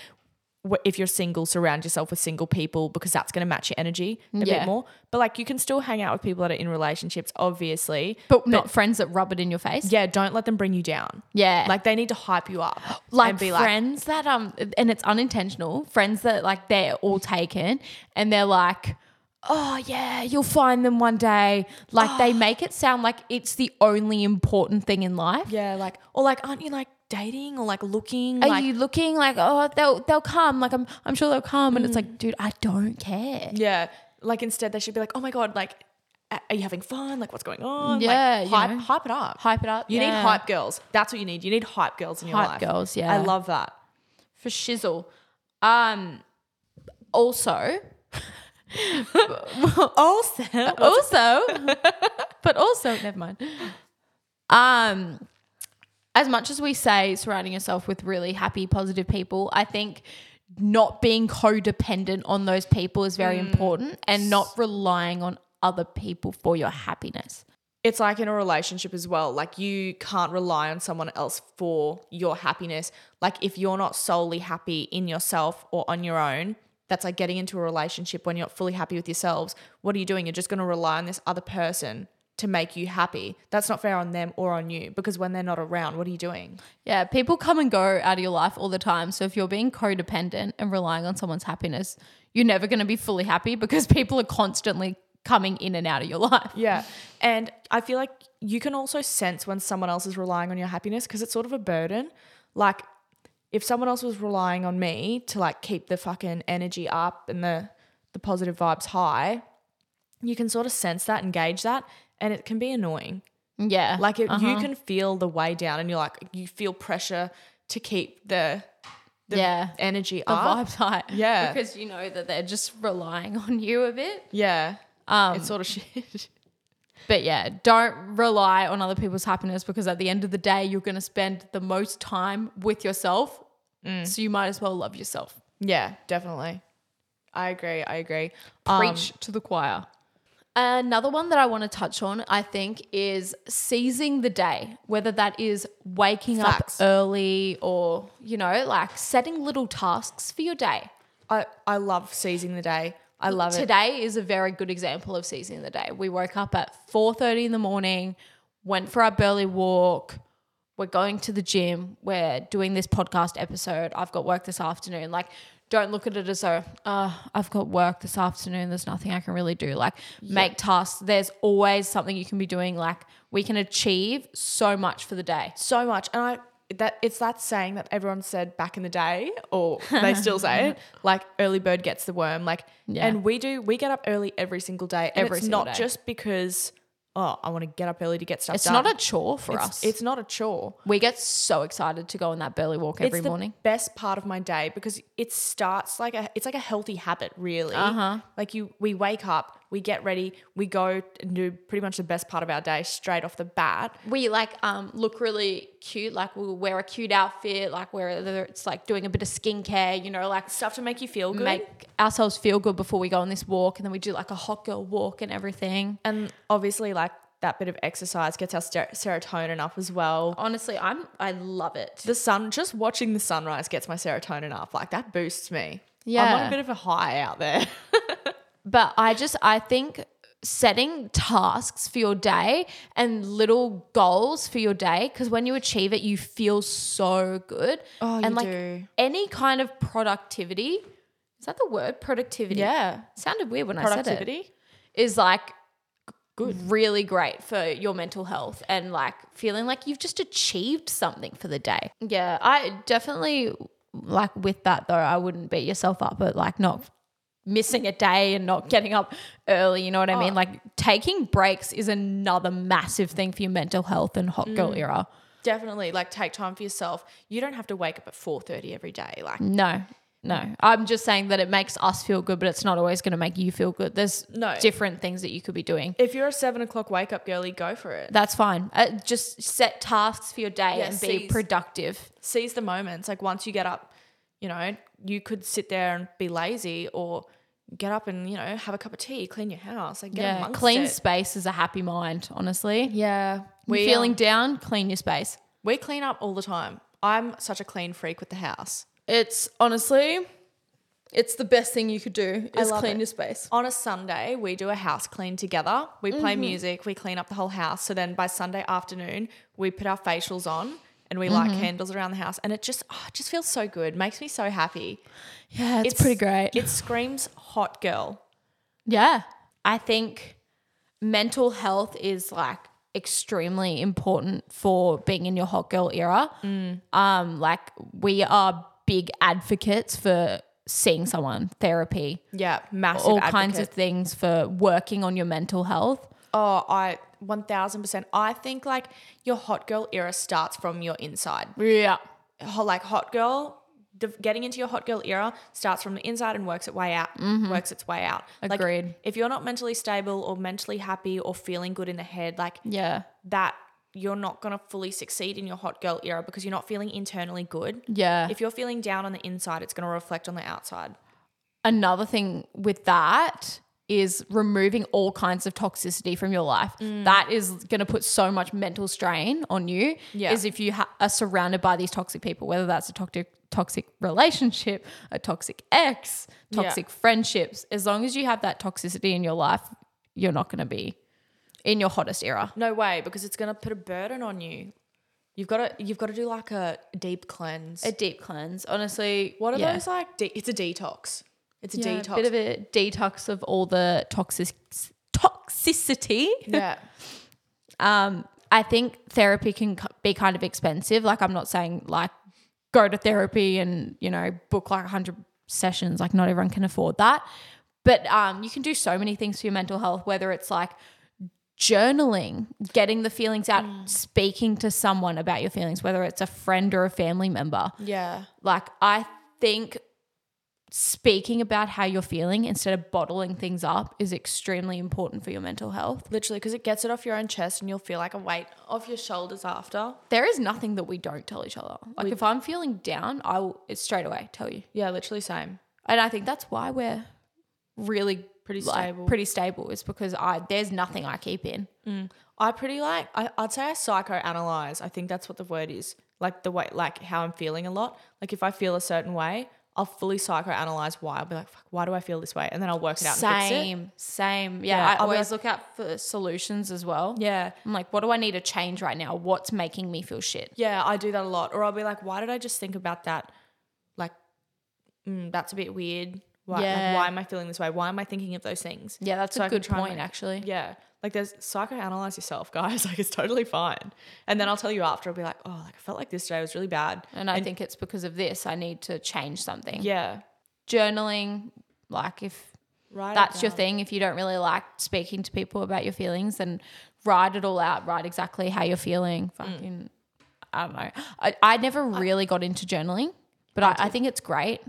wh- if you're single, surround yourself with single people because that's going to match your energy a Yeah. bit more. But like you can still hang out with people that are in relationships, obviously. but not friends that rub it in your face. Yeah, don't let them bring you down. Yeah. Like they need to hype you up. like and be like, friends that um and it's unintentional friends that like they're all taken and they're like oh yeah you'll find them one day like Oh. they make it sound like it's the only important thing in life yeah, like, or like, aren't you like dating or like looking? are like, you looking like oh they'll they'll come like i'm i'm sure they'll come and it's like dude i don't care Mm. yeah. Like instead, they should be like, oh my God, like, a- are you having fun? Like, what's going on? Yeah, Like, you hype, know. hype it up. hype it up You need yeah. hype girls. That's what you need. You need hype girls in your Hype life. girls, yeah. I love that. for shizzle um also Also, also, but also, never mind. Um, as much as we say surrounding yourself with really happy, positive people, I think not being codependent on those people is very important and not relying on other people for your happiness. it's like in a relationship as well. Like you can't rely on someone else for your happiness. Like if you're not solely happy in yourself or on your own, that's like getting into a relationship when you're not fully happy with yourselves. What are you doing? You're just going to rely on this other person to make you happy. That's not fair on them or on you because when they're not around, what are you doing? Yeah, people come and go out of your life all the time. So if you're being codependent and relying on someone's happiness, you're never going to be fully happy because people are constantly coming in and out of your life. Yeah. And I feel like you can also sense when someone else is relying on your happiness because it's sort of a burden. Like if someone else was relying on me to like keep the fucking energy up and the the positive vibes high, you can sort of sense that, engage that, and it can be annoying. Yeah. Like it, Uh-huh. you can feel the way down and you're like you feel pressure to keep the the Yeah. energy the up. vibes high. Yeah. Because you know that they're just relying on you a bit. Yeah. Um, it's sort of shit. But yeah, don't rely on other people's happiness because at the end of the day, you're going to spend the most time with yourself. Mm. So you might as well love yourself. yeah, definitely. I agree. I agree. Um, Preach to the choir. Another one that I want to touch on, I think, is seizing the day, whether that is waking Facts. up early or, you know, like setting little tasks for your day. I, I love seizing the day. I love it. Today is a very good example of seizing the day. We woke up at 4:30 in the morning, went for our burly walk, we're going to the gym, we're doing this podcast episode. I've got work this afternoon. Like don't look at it as though, oh, I've got work this afternoon. There's nothing I can really do. Like, make tasks. There's always something you can be doing. Like, we can achieve so much for the day. So much. And I that it's that saying that everyone said back in the day, or they still say it, like early bird gets the worm. Like Yeah. and we do we get up early every single day. And Every it's single not day. just because oh, I want to get up early to get stuff It's done. not a chore for us. it's not a chore. we get so excited to go on that burly walk every it's the morning. Best part of my day because it starts like a it's like a healthy habit, really. Uh-huh. Like you we wake up, we get ready, we go and do pretty much the best part of our day straight off the bat. we like um look really cute like we'll wear a cute outfit like whether it's like doing a bit of skincare you know like Stuff to make you feel good. make ourselves feel good before we go on this walk and then we do like a hot girl walk and everything And obviously, like that bit of exercise gets our ser- serotonin up as well. Honestly, I'm I love it. The sun, just watching the sunrise gets my serotonin up. Like that boosts me. I'm on Yeah. a bit of a high out there. But I just I think setting tasks for your day and little goals for your day because when you achieve it, you feel so good. Oh, you and like do. any kind of productivity. Is that the word productivity? yeah. sounded weird when I said it. Productivity. Is like good, really great for your mental health and like feeling like you've just achieved something for the day. Yeah, I definitely like with that though. I wouldn't beat yourself up, but like not missing a day and not getting up early. You know what I mean? Like taking breaks is another massive thing for your mental health and hot girl era. Definitely. Like take time for yourself. You don't have to wake up at 4.30 every day. Like No. No, I'm just saying that it makes us feel good, but it's not always going to make you feel good. There's No. different things that you could be doing. if you're a seven o'clock wake up girly, go for it. That's fine. Uh, just set tasks for your day Yeah, and be seize- productive. seize the moments. Like once you get up, you know, you could sit there and be lazy or get up and, you know, have a cup of tea, clean your house. Like get Yeah, amongst clean it. space is a happy mind. Honestly, Yeah. we We are feeling um, down, clean your space. we clean up all the time. I'm such a clean freak with the house. It's honestly, it's the best thing you could do is clean your space. On a Sunday, we do a house clean together. We play Mm-hmm. music, we clean up the whole house. So then by Sunday afternoon, we put our facials on and we Mm-hmm. light candles around the house and it just oh, it just feels so good. Makes me so happy. Yeah, it's, pretty great. It screams hot girl. Yeah. I think mental health is like extremely important for being in your hot girl era. Um, like we are big advocates for seeing someone, therapy, Yeah, massive all kinds of advocate. things for working on your mental health. Oh, I 1000%. I think like your hot girl era starts from your inside. Yeah. Ho- Like hot girl, de- getting into your hot girl era starts from the inside and works its way out. Works its way out. Like, Mm-hmm. Agreed. if you're not mentally stable or mentally happy or feeling good in the head, like Yeah. that you're not going to fully succeed in your hot girl era because you're not feeling internally good. Yeah. If you're feeling down on the inside, it's going to reflect on the outside. Another thing with that is removing all kinds of toxicity from your life. Mm. That is going to put so much mental strain on you. Yeah. Is if you ha- are surrounded by these toxic people, whether that's a toxic toxic relationship, a toxic ex, Yeah. toxic friendships. As long as you have that toxicity in your life, you're not going to be in your hottest era. No way, because it's going to put a burden on you. You've got to you've got to do like a deep cleanse. A deep cleanse, honestly. What are yeah. those like? De- it's a detox. It's a Yeah, detox. bit of a detox of all the toxic toxicity. yeah. Um, I think therapy can c- be kind of expensive. Like I'm not saying like go to therapy and you know book like 100 sessions. Like not everyone can afford that, but um, you can do so many things for your mental health. Whether it's like journaling, getting the feelings out, speaking to someone about your feelings, whether it's a friend or a family member. Yeah. Like I think speaking about how you're feeling instead of bottling things up is extremely important for your mental health. Literally, because it gets it off your own chest and you'll feel like a weight off your shoulders after. There is nothing that we don't tell each other. Like if I'm feeling down, I will it's straight away tell you. Yeah, literally same. And I think that's why we're really Pretty like, stable. pretty stable is because I there's nothing I keep in. I pretty like I, I'd say I psychoanalyze. I think that's what the word is. Like the way like how I'm feeling a lot. Like if I feel a certain way, I'll fully psychoanalyze why. I'll be like, fuck, why do I feel this way? And then I'll work it out and fix it. Same, same. Yeah, Yeah, I I'll be always look out for solutions as well. Yeah. I'm like, what do I need to change right now? What's making me feel shit? Yeah, I do that a lot. Or I'll be like, why did I just think about that? Like, mm, that's a bit weird. Why, Yeah. like, why am I feeling this way? Why am I thinking of those things? Yeah, that's So a I can good try and point make- actually. Yeah. Like, there's psychoanalyze yourself, guys. Like, it's totally fine. And then I'll tell you after, I'll be like, oh, like, I felt like this today was really bad. And I think it's because of this I need to change something. Yeah. Journaling, like if Right. that's your thing, if you don't really like speaking to people about your feelings, then write it all out, write exactly how you're Mm. feeling. Fucking, I don't know. I, I never really got into journaling, but I, I think it's great.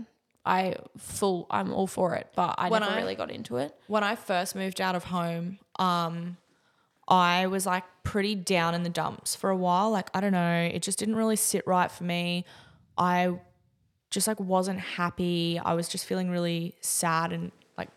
I full, I'm all for it, but I When never I- really got into it. When I first moved out of home, um, I was like pretty down in the dumps for a while. Like, I don't know, it just didn't really sit right for me. I just like wasn't happy. I was just feeling really sad and like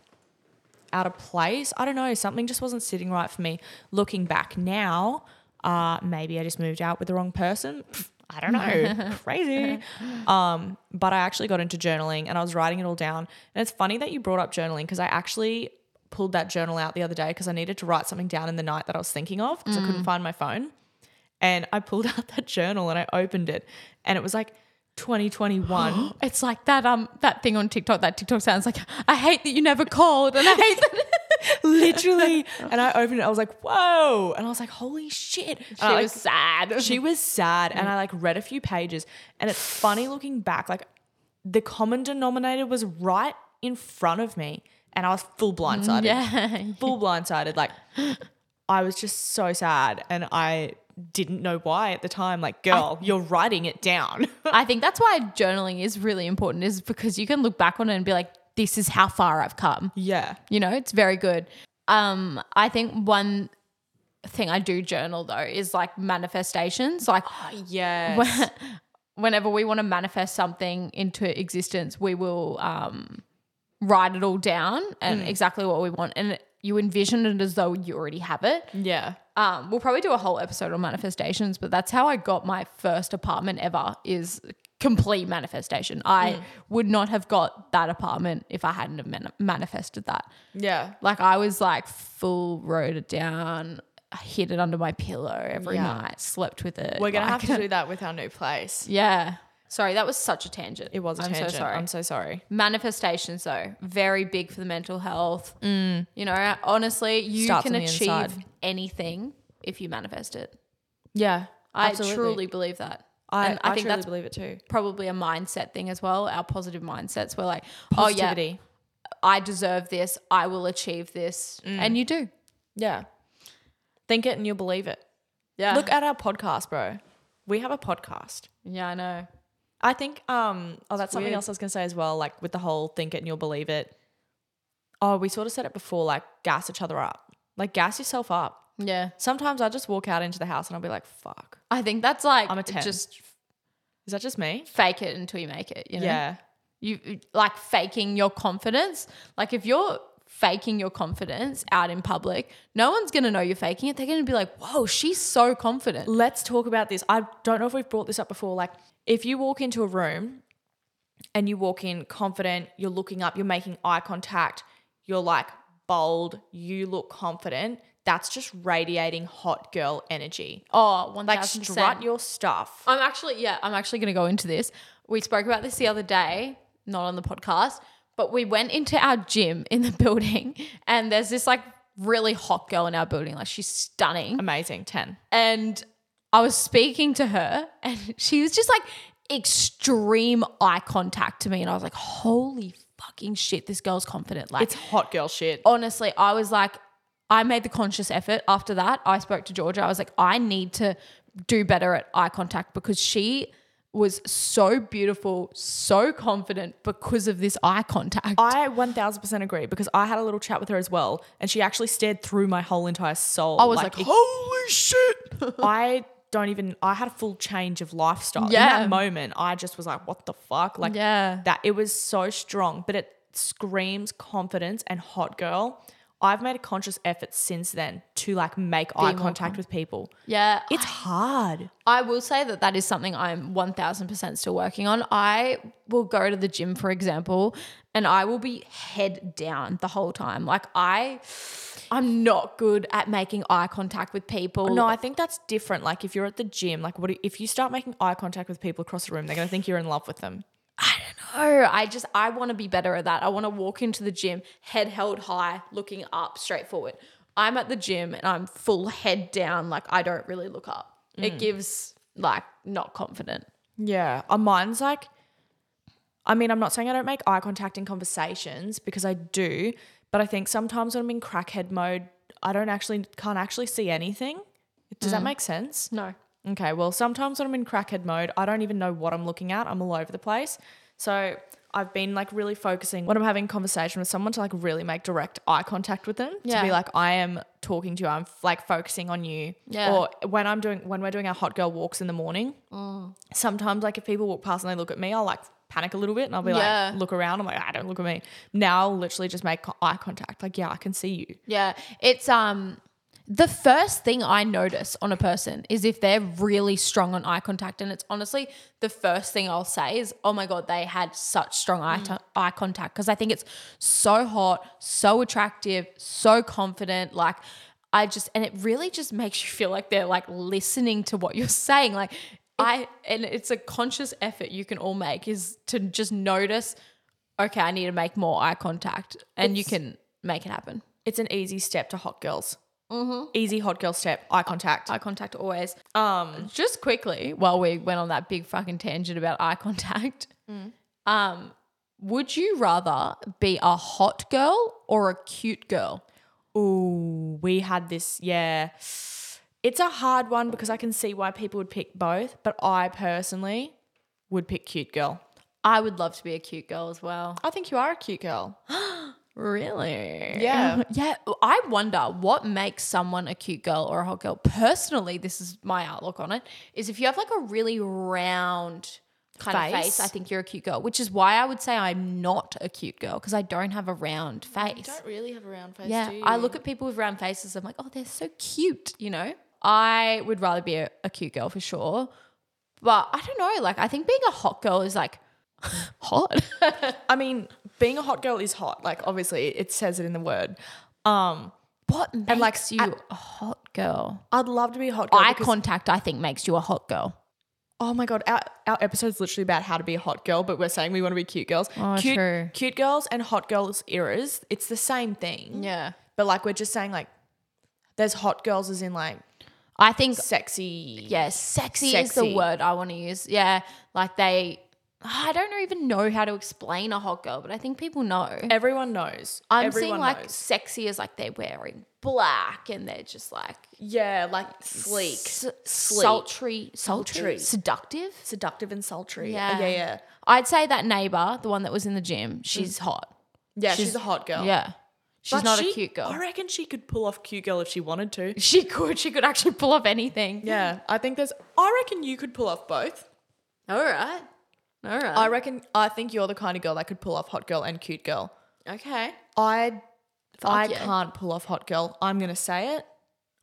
out of place. I don't know. Something just wasn't sitting right for me. Looking back now, uh, maybe I just moved out with the wrong person. Pfft, I don't know. Crazy. Um, but I actually got into journaling and I was writing it all down. And it's funny that you brought up journaling because I actually pulled that journal out the other day because I needed to write something down in the night that I was thinking of because I couldn't find my phone. And I pulled out that journal and I opened it and it was like 2021. It's like that um that thing on TikTok. That TikTok sounds like I hate that you never called, and I hate that literally. And I opened it. I was like, whoa. And I was like, holy shit. She sad. she was Mm. sad. And I like read a few pages. And it's funny looking back, like the common denominator was right in front of me. And I was full blindsided. Yeah, Full blindsided. Like I was just so sad. And I didn't know why at the time. Like, girl, you're writing it down. I think that's why journaling is really important. Is because you can look back on it and be like, this is how far I've come. yeah. You know, it's very good. Um, I think one thing I do journal though is like manifestations. Like Yeah. when- whenever we want to manifest something into existence, we will um, write it all down and exactly what we want. And you envision it as though you already have it. yeah. Um, we'll probably do a whole episode on manifestations, but that's how I got my first apartment ever is complete manifestation. I Mm. would not have got that apartment if I hadn't have man- manifested that. Yeah. Like I was like full wrote it down, hid it under my pillow every Yeah. night, slept with it. We're going to like- have to do that with our new place. yeah. Sorry, that was such a tangent. It was a I'm tangent. So sorry. I'm so sorry. Manifestations though, very big for the mental health. You know, honestly, you Mm. Starts can on the inside. achieve anything if you manifest it. Yeah. I truly believe that. I, and I, think truly that's believe it too. probably a mindset thing as well. Our positive mindsets. We're like, oh yeah, Positivity. I deserve this. I will achieve this, Mm. and you do. yeah. Think it and you'll believe it. Yeah. Look at our podcast, bro. We have a podcast. yeah, I know. I think um oh that's something weird. else I was gonna say as well, like with the whole think it and you'll believe it. Oh, we sort of said it before, like gas each other up. Like gas yourself up. Yeah. Sometimes I just walk out into the house and I'll be like, fuck. I think that's like I'm a 10. just Is that just me? fake it until you make it. You know, Yeah. you like faking your confidence. Like if you're faking your confidence out in public, no one's gonna know you're faking it. They're gonna be like, "Whoa, she's so confident." Let's talk about this. I don't know if we've brought this up before. Like, if you walk into a room and you walk in confident, you're looking up, you're making eye contact, you're like bold, you look confident, that's just radiating hot girl energy. Oh, one Like, strut your stuff. I'm actually, yeah, I'm actually going to go into this. We spoke about this the other day, not on the podcast, but we went into our gym in the building and there's this like really hot girl in our building. Like she's stunning. Amazing. 10. And I was speaking to her and she was just like extreme eye contact to me. And I was like, holy fucking shit, this girl's confident. Like, It's hot girl shit. honestly, I was like, I made the conscious effort after that. I spoke to Georgia. I was like, I need to do better at eye contact because she was so beautiful, so confident because of this eye contact. I 1000% agree because I had a little chat with her as well, and she actually stared through my whole entire soul. I was like, holy shit. I don't even, I had a full change of lifestyle. In Yeah. that moment, I just was like, what the fuck? Like, Yeah. that it was so strong, but it screams confidence and hot girl. I've made a conscious effort since then to like make eye more contact with people. yeah. It's hard. I will say that that is something I'm 1000% still working on. I will go to the gym, for example, and I will be head down the whole time. Like, I. I'm not good at making eye contact with people. No, I think that's different. Like if you're at the gym, like what do- if you start making eye contact with people across the room, they're gonna think you're in love with them. no, Oh, I just I want to be better at that. I want to walk into the gym, head held high, looking up straight forward. I'm at the gym and I'm full head down, like I don't really look up. It gives like not confident. Yeah. Uh, mine's like, I mean, I'm not saying I don't make eye contact in conversations because I do, but I think sometimes when I'm in crackhead mode, I don't actually, can't actually see anything. Does that make sense? No. Okay. Well, sometimes when I'm in crackhead mode, I don't even know what I'm looking at. I'm all over the place. So I've been like really focusing when I'm having conversation with someone to like really make direct eye contact with them Yeah. to be like I am talking to you. I'm like focusing on you. Yeah. Or when I'm doing when we're doing our hot girl walks in the morning, Mm. sometimes like if people walk past and they look at me, I'll like panic a little bit and I'll be Yeah. like look around. I'm like I don't look at me. Now I'll literally just make co- eye contact. Like yeah, I can see you. Yeah. It's um the first thing I notice on a person is if they're really strong on eye contact and it's honestly the first thing I'll say is oh my god they had such strong eye, to- eye contact because I think it's so hot, so attractive, so confident like I just and it really just makes you feel like they're like listening to what you're saying like I and it's a conscious effort you can all make is to just notice okay I need to make more eye contact and you can make it happen. It's an easy step to hot girls. Mm-hmm. Easy hot girl step. Eye contact. eye contact always. Um. Just quickly, while we went on that big fucking tangent about eye contact, Mm. um, would you rather be a hot girl or a cute girl? Ooh, we had this. Yeah. It's a hard one because I can see why people would pick both, but I personally would pick cute girl. I would love to be a cute girl as well. I think you are a cute girl. Really? Yeah. yeah. I wonder what makes someone a cute girl or a hot girl. Personally, this is my outlook on it, is if you have like a really round kind of Face. face, I think you're a cute girl, which is why I would say I'm not a cute girl because I don't have a round face. really have a round face. Yeah, I look at people with round faces. I'm like, oh, they're so cute. You know, I would rather be a, a cute girl for sure, but I don't know. Like, I think being a hot girl is like hot. I mean, being a hot girl is hot. Like, obviously, it says it in the word. Um, what makes like, you at- a hot girl? I'd love to be a hot girl. Eye because- contact, I think, makes you a hot girl. oh my god, our, our episode's literally about how to be a hot girl, but we're saying we want to be cute girls. Oh, cute, true. cute girls and hot girls eras. It's the same thing. Yeah, But like, we're just saying like, there's hot girls as in like I think. sexy. Yeah, sexy, is the Sexy. word I want to use. Yeah, like they. I don't even know how to explain a hot girl, but I think people know. Everyone knows. I'm Everyone seeing like knows. sexy is like they're wearing black and they're just like yeah, like sleek, s- sleek, sultry, sultry, Sultry. seductive. seductive, and sultry. Yeah. Yeah, yeah, yeah. I'd say that neighbor, the one that was in the gym, she's hot. Yeah, she's, a hot girl. Yeah, she's But not a she- cute girl. I reckon she could pull off cute girl if she wanted to. She could, she could actually pull off anything. Yeah, I think there's. I reckon you could pull off both. All right. All right. I reckon. I think you're the kind of girl that could pull off hot girl and cute girl. okay. I, I yeah. can't pull off hot girl. I'm gonna say it.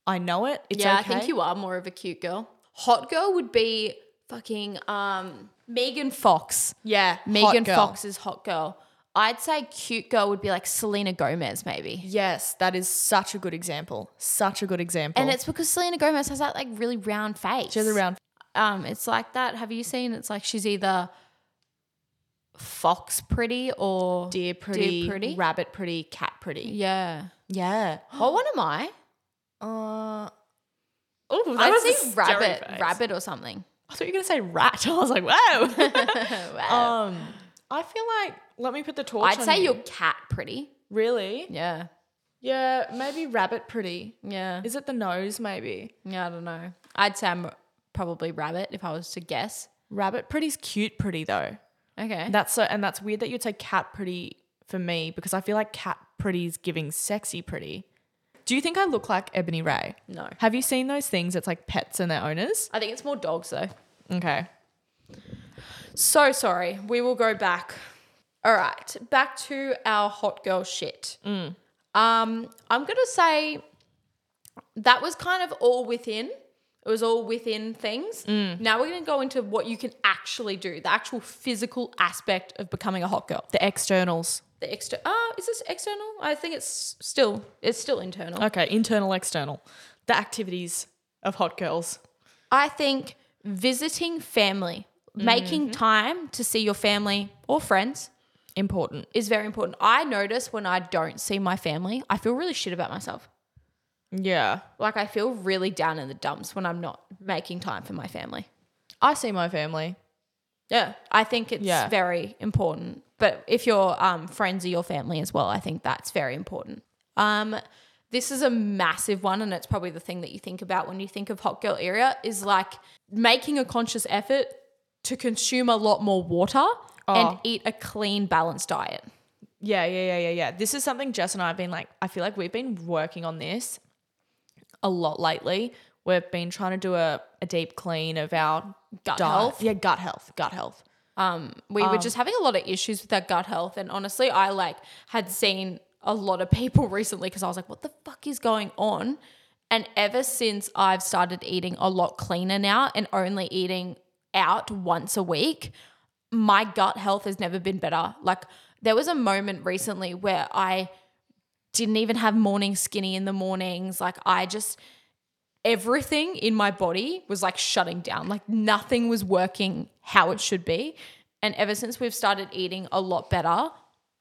I know it. It's Yeah, okay. I think you are more of a cute girl. Hot girl would be fucking um Megan Fox. Yeah, Megan hot girl. Fox is hot girl. I'd say cute girl would be like Selena Gomez, maybe. Yes, that is such a good example. Such a good example. And it's because Selena Gomez has that like really round face. she has a round Um, it's like that. Have you seen? It's like she's either fox pretty or deer pretty, rabbit pretty, cat pretty. Yeah. Yeah. What one am I? Uh, oh, I'd say rabbit, rabbit or something. I thought you were gonna say rat. I was like, wow. Wow. um, I feel like let me put the torch. I'd on say you. you're cat pretty. really. Yeah. Yeah, maybe rabbit pretty. Yeah. Is it the nose? Maybe Yeah. I don't know. I'd say I'm probably rabbit if I was to guess. rabbit pretty's cute pretty though. Okay. That's so, and that's weird that you'd say cat pretty for me because I feel like cat pretty's giving sexy pretty. Do you think I look like Ebony Ray? no. Have you seen those things? It's like pets and their owners. I think it's more dogs though. Okay. So sorry. We will go back. All right. Back to our hot girl shit. Um, I'm going to say that was kind of all within. It was all within things. Now we're going to go into what you can actually do, the actual physical aspect of becoming a hot girl. The externals. The external. Oh, is this external? I think it's still it's still internal. Okay, internal, external. The activities of hot girls. I think visiting family, making time to see your family or friends, Important. is very important. I notice when I don't see my family, I feel really shit about myself. Yeah. Like I feel really down in the dumps when I'm not making time for my family. I see my family. Yeah, I think it's Yeah. very important. But if your um, friends are your family as well, I think that's very important. Um, this is a massive one, and it's probably the thing that you think about when you think of hot girl area is like making a conscious effort to consume a lot more water and Oh. eat a clean, balanced diet. Yeah, yeah, yeah, yeah, yeah. This is something Jess and I have been like, I feel like we've been working on this a lot lately. We've been trying to do a, a deep clean of our Gut diet. health? Yeah, gut health. Gut health. Um, we were just having a lot of issues with our gut health, and honestly, I like had seen a lot of people recently because I was like, "What the fuck is going on?" And ever since I've started eating a lot cleaner now and only eating out once a week, my gut health has never been better. Like there was a moment recently where I didn't even have morning skinny in the mornings. Like I just everything in my body was like shutting down. Like nothing was working how it should be. And ever since we've started eating a lot better,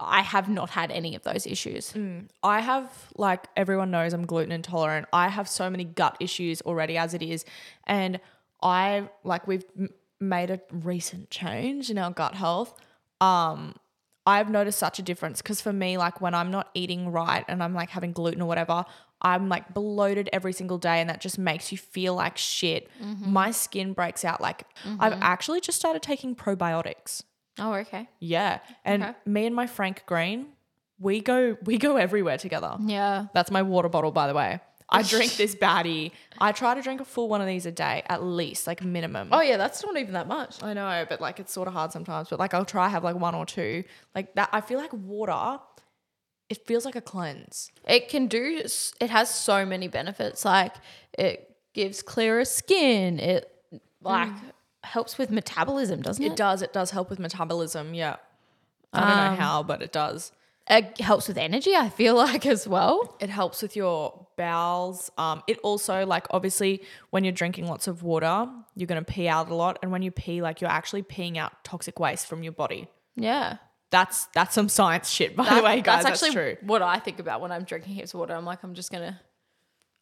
I have not had any of those issues. I have, like everyone knows, I'm gluten intolerant. I have so many gut issues already as it is. And I, like, we've m- made a recent change in our gut health. Um, I've noticed such a difference because for me, like, when I'm not eating right and I'm like having gluten or whatever, I'm like bloated every single day, and that just makes you feel like shit. My skin breaks out. Like, I've actually just started taking probiotics. Oh, okay. Yeah. And Okay. me and my Frank Green, we go we go everywhere together. Yeah. That's my water bottle, by the way. I drink this baddie. I try to drink a full one of these a day, at least, like minimum. Oh, yeah, that's not even that much. I know, but like it's sort of hard sometimes. But like I'll try have like one or two. Like that, I feel like water. It feels like a cleanse. It can do s- it has so many benefits. Like it gives clearer skin. It like helps with metabolism, doesn't Mm. it? It does. It does help with metabolism. Yeah. I don't know how, but it does. It helps with energy, I feel like as well. It helps with your bowels. Um, it also like obviously when you're drinking lots of water, you're gonna pee out a lot, and when you pee, like you're actually peeing out toxic waste from your body. Yeah. That's that's some science shit, by the That- way, guys. That's, actually true. what I think about when I'm drinking heaps of water. I'm like, I'm just gonna.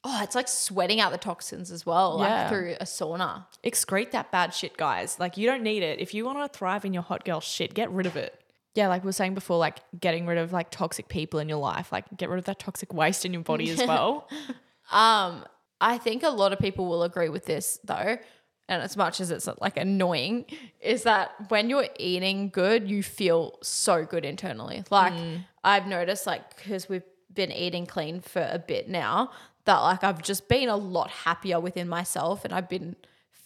Oh, it's like sweating out the toxins as well, Yeah. like through a sauna. Excrete that bad shit, guys. Like you don't need it. If you want to thrive in your hot girl shit, get rid of it. Yeah, like we were saying before, like getting rid of like toxic people in your life, like get rid of that toxic waste in your body as well. Um, I think a lot of people will agree with this though, and as much as it's like annoying, is that when you're eating good, you feel so good internally. Like Mm. I've noticed, like because we've been eating clean for a bit now, that like I've just been a lot happier within myself, and I've been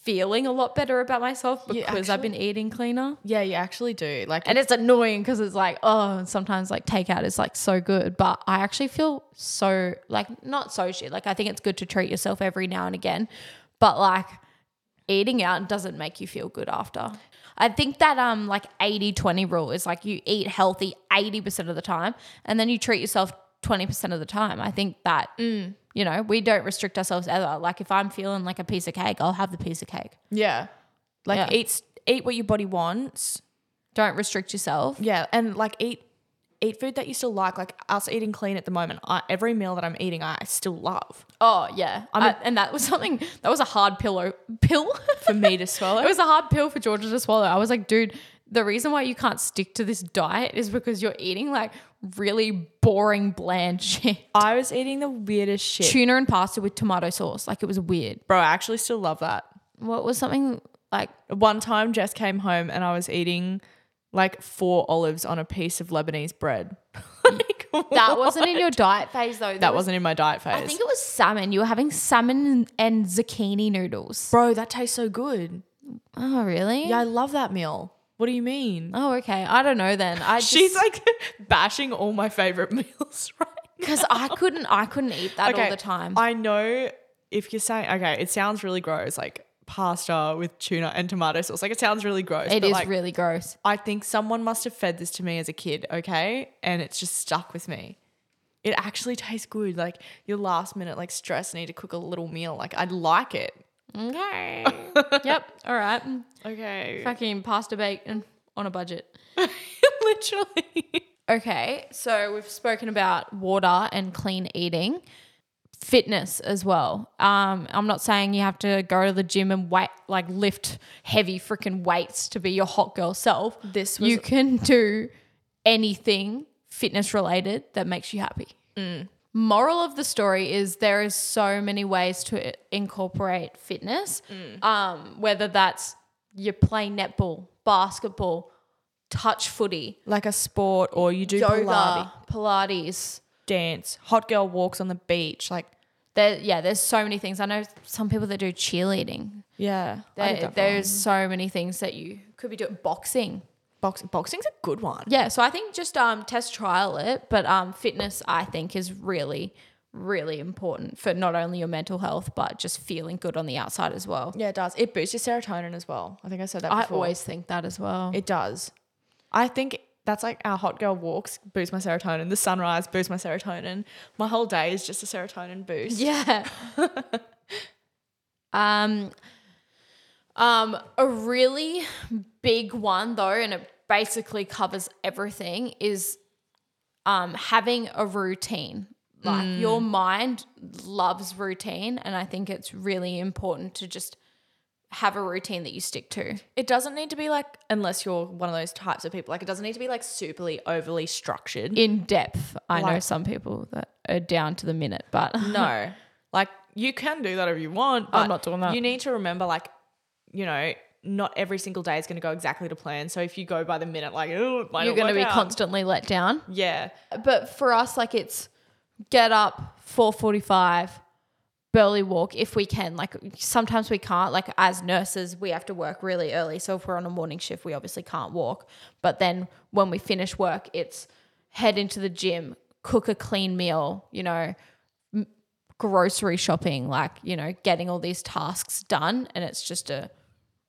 feeling a lot better about myself because I've actually- been eating cleaner. yeah, you actually do. Like And it's annoying because it's like, oh, and sometimes like takeout is like so good, but I actually feel so like not so shit. Like I think it's good to treat yourself every now and again, but like eating out doesn't make you feel good after. I think that um like 80-20 rule is like you eat healthy 80% of the time and then you treat yourself 20% of the time. I think that mm, you know, we don't restrict ourselves ever. Like if I'm feeling like a piece of cake, I'll have the piece of cake. yeah. Like Yeah. eat eat what your body wants. Don't restrict yourself. Yeah, and like eat eat food that you still like. Like us eating clean at the moment, I, every meal that I'm eating, I still love Oh yeah, I mean, and that was something that was a hard pillow pill. for me to it swallow. was a hard pill for Georgia to swallow. I was like, dude, the reason why you can't stick to this diet is because you're eating like really boring, bland shit. I was eating the weirdest shit, Tuna and pasta with tomato sauce, like it was weird. bro. I actually still love that. What was something like? One time, Jess came home and I was eating like four olives on a piece of Lebanese bread. like, That wasn't in your diet phase though. that wasn't in my diet phase, I think it was salmon. You were having salmon and zucchini noodles. bro. That tastes so good. Oh really? Yeah, I love that meal. What do you mean? Oh okay. I don't know then. I just, She's like bashing all my favorite meals right because I couldn't. I couldn't eat that all the time. I know if you're saying okay, it sounds really gross, like pasta with tuna and tomato sauce. Like it sounds really gross. It but is like, really gross. I think someone must have fed this to me as a kid, okay? And it's just stuck with me. It actually tastes good. Like your last minute like stress need to cook a little meal. Like I'd like it. Okay. yep. All right. Okay. Fucking pasta bake and on a budget. Literally. Okay. So we've spoken about water and clean eating, fitness as well. Um, I'm not saying you have to go to the gym and weight like lift heavy freaking weights to be your hot girl self. This was You can do anything fitness related that makes you happy. Moral of the story is there is so many ways to incorporate Mm. fitness, um, whether that's you play netball, basketball, touch footy, like a sport or you do Pilates, yoga, Pilates. dance, hot girl walks on the beach, like There, yeah, there's so many things. I know some people that do cheerleading. yeah, I There, did that for a while. there's so many things that you could be doing. Boxing. boxing. Boxing's a good one. Yeah, so I think just um, test trial it, but um, fitness I think is really, really important for not only your mental health but just feeling good on the outside as well. Yeah, it does. It boosts your serotonin as well. I think I said that I before. always think that as well. It does. I think that's like our hot girl walks boost my serotonin. The sunrise boosts my serotonin. My whole day is just a serotonin boost. Yeah. um, um, a really big one though, and it basically covers everything, is um having a routine. Like your mind loves routine, and I think it's really important to just have a routine that you stick to. It doesn't need to be like unless you're one of those types of people. Like it doesn't need to be like superly overly structured. In depth, I know Like- some people that are down to the minute, but no. Like you can do that if you want. But I'm not doing that. You need to remember like, you know, not every single day is going to go exactly to plan. So if you go by the minute, like, oh, you're going to be constantly let down. Yeah. but for us like it's get up 4.45 barely walk if we can like sometimes we can't like as nurses we have to work really early so if we're on a morning shift we obviously can't walk but then when we finish work it's head into the gym cook a clean meal you know m- grocery shopping like you know getting all these tasks done and it's just a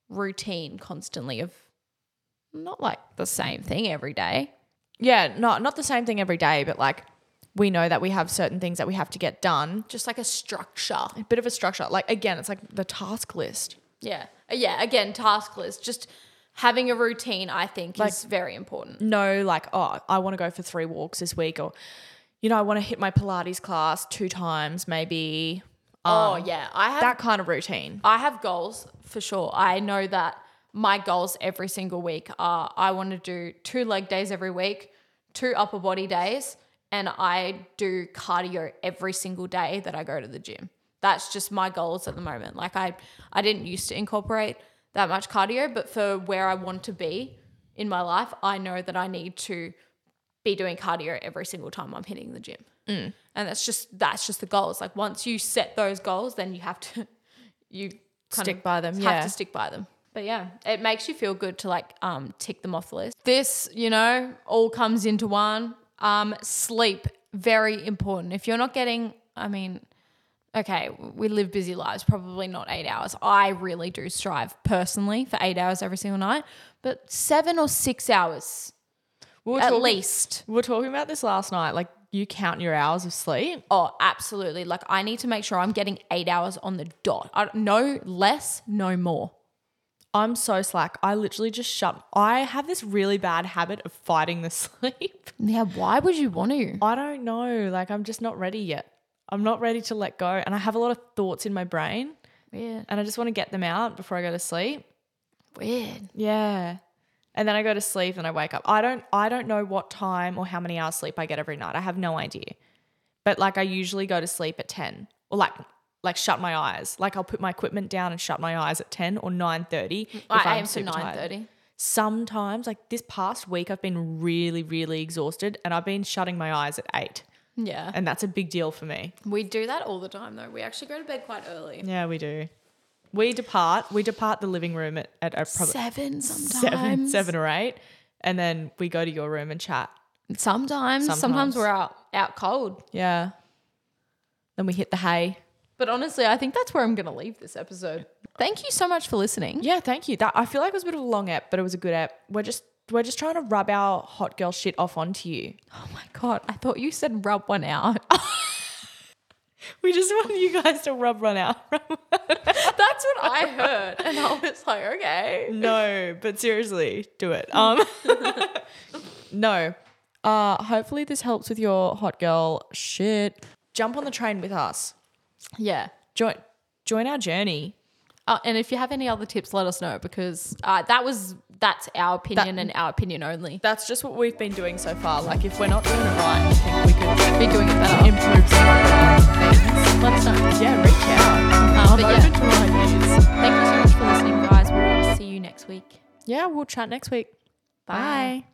routine constantly of not like the same thing every day Yeah. Not not the same thing every day, but like we know that we have certain things that we have to get done. just like a structure A bit of a structure. Like again, it's like the task list. Yeah. Uh, Yeah. Again, task list. Just having a routine, I think, is very important. No, like, oh, I want to go for three walks this week or you know, I want to hit my Pilates class two times, maybe. oh, yeah. I have, um, That kind of routine. I have goals for sure. I know that my goals every single week are I want to do two leg days every week, two upper body days, and I do cardio every single day that I go to the gym. That's just my goals at the moment. Like I I didn't used to incorporate that much cardio, but for where I want to be in my life, I know that I need to be doing cardio every single time I'm hitting the gym. Mm. And that's just that's just the goals. Like once you set those goals, then you have to you kind Stick of by them, Have yeah. to stick by them. But yeah, it makes you feel good to like um tick them off the list. This, you know, all comes into one. Um, sleep very important. If you're not getting, I mean, okay, we live busy lives, probably not eight hours. I really do strive personally for eight hours every single night, but seven or six hours We were at talking- least. We were talking about this last night. Like, you count your hours of sleep. Oh, absolutely. Like I need to make sure I'm getting eight hours on the dot. I, no less, no more. I'm so slack. I literally just shut. I have this really bad habit of fighting the sleep. Yeah, why would you want to? I don't know. Like, I'm just not ready yet. I'm not ready to let go. And I have a lot of thoughts in my brain Weird. and I just want to get them out before I go to sleep. Weird. Yeah. And then I go to sleep and I wake up. I don't I don't know what time or how many hours sleep I get every night. I have no idea. But like I usually go to sleep at 10 or like like shut my eyes. Like I'll put my equipment down and shut my eyes at 10 or 9:30 if Mm, I I'm aim for super tired. nine thirty. Sometimes like this past week I've been really really exhausted and I've been shutting my eyes at 8 Yeah. and that's a big deal for me. We do that all the time though. We actually go to bed quite early. Yeah, we do. We depart we depart the living room at, at a probably Seven sometimes. seven, seven or eight, and then we go to your room and chat. Sometimes. Sometimes. Sometimes. we're out out cold. Yeah. Then we hit the hay. But honestly, I think that's where I'm gonna leave this episode. Thank you so much for listening. Yeah, thank you. That I feel like it was a bit of a long app, but it was a good app. We're just we're just trying to rub our hot girl shit off onto you. Oh my god, I thought you said rub one out. We just want you guys to rub run out. that's what I heard. And I was like, okay. no, but seriously, do it. Um No. Uh hopefully this helps with your hot girl shit. Jump on the train with us. Yeah. Join join our journey. Uh, and if you have any other tips, let us know because uh, that was that's our opinion and our opinion only. That's just what we've been doing so far. Like if we're not doing it right, I think we could Be doing it better. improve some of the things. Let us know. Yeah, reach out. Um, but open yeah, to ideas. thank you so much for listening, guys. We'll see you next week. Yeah, we'll chat next week. Bye.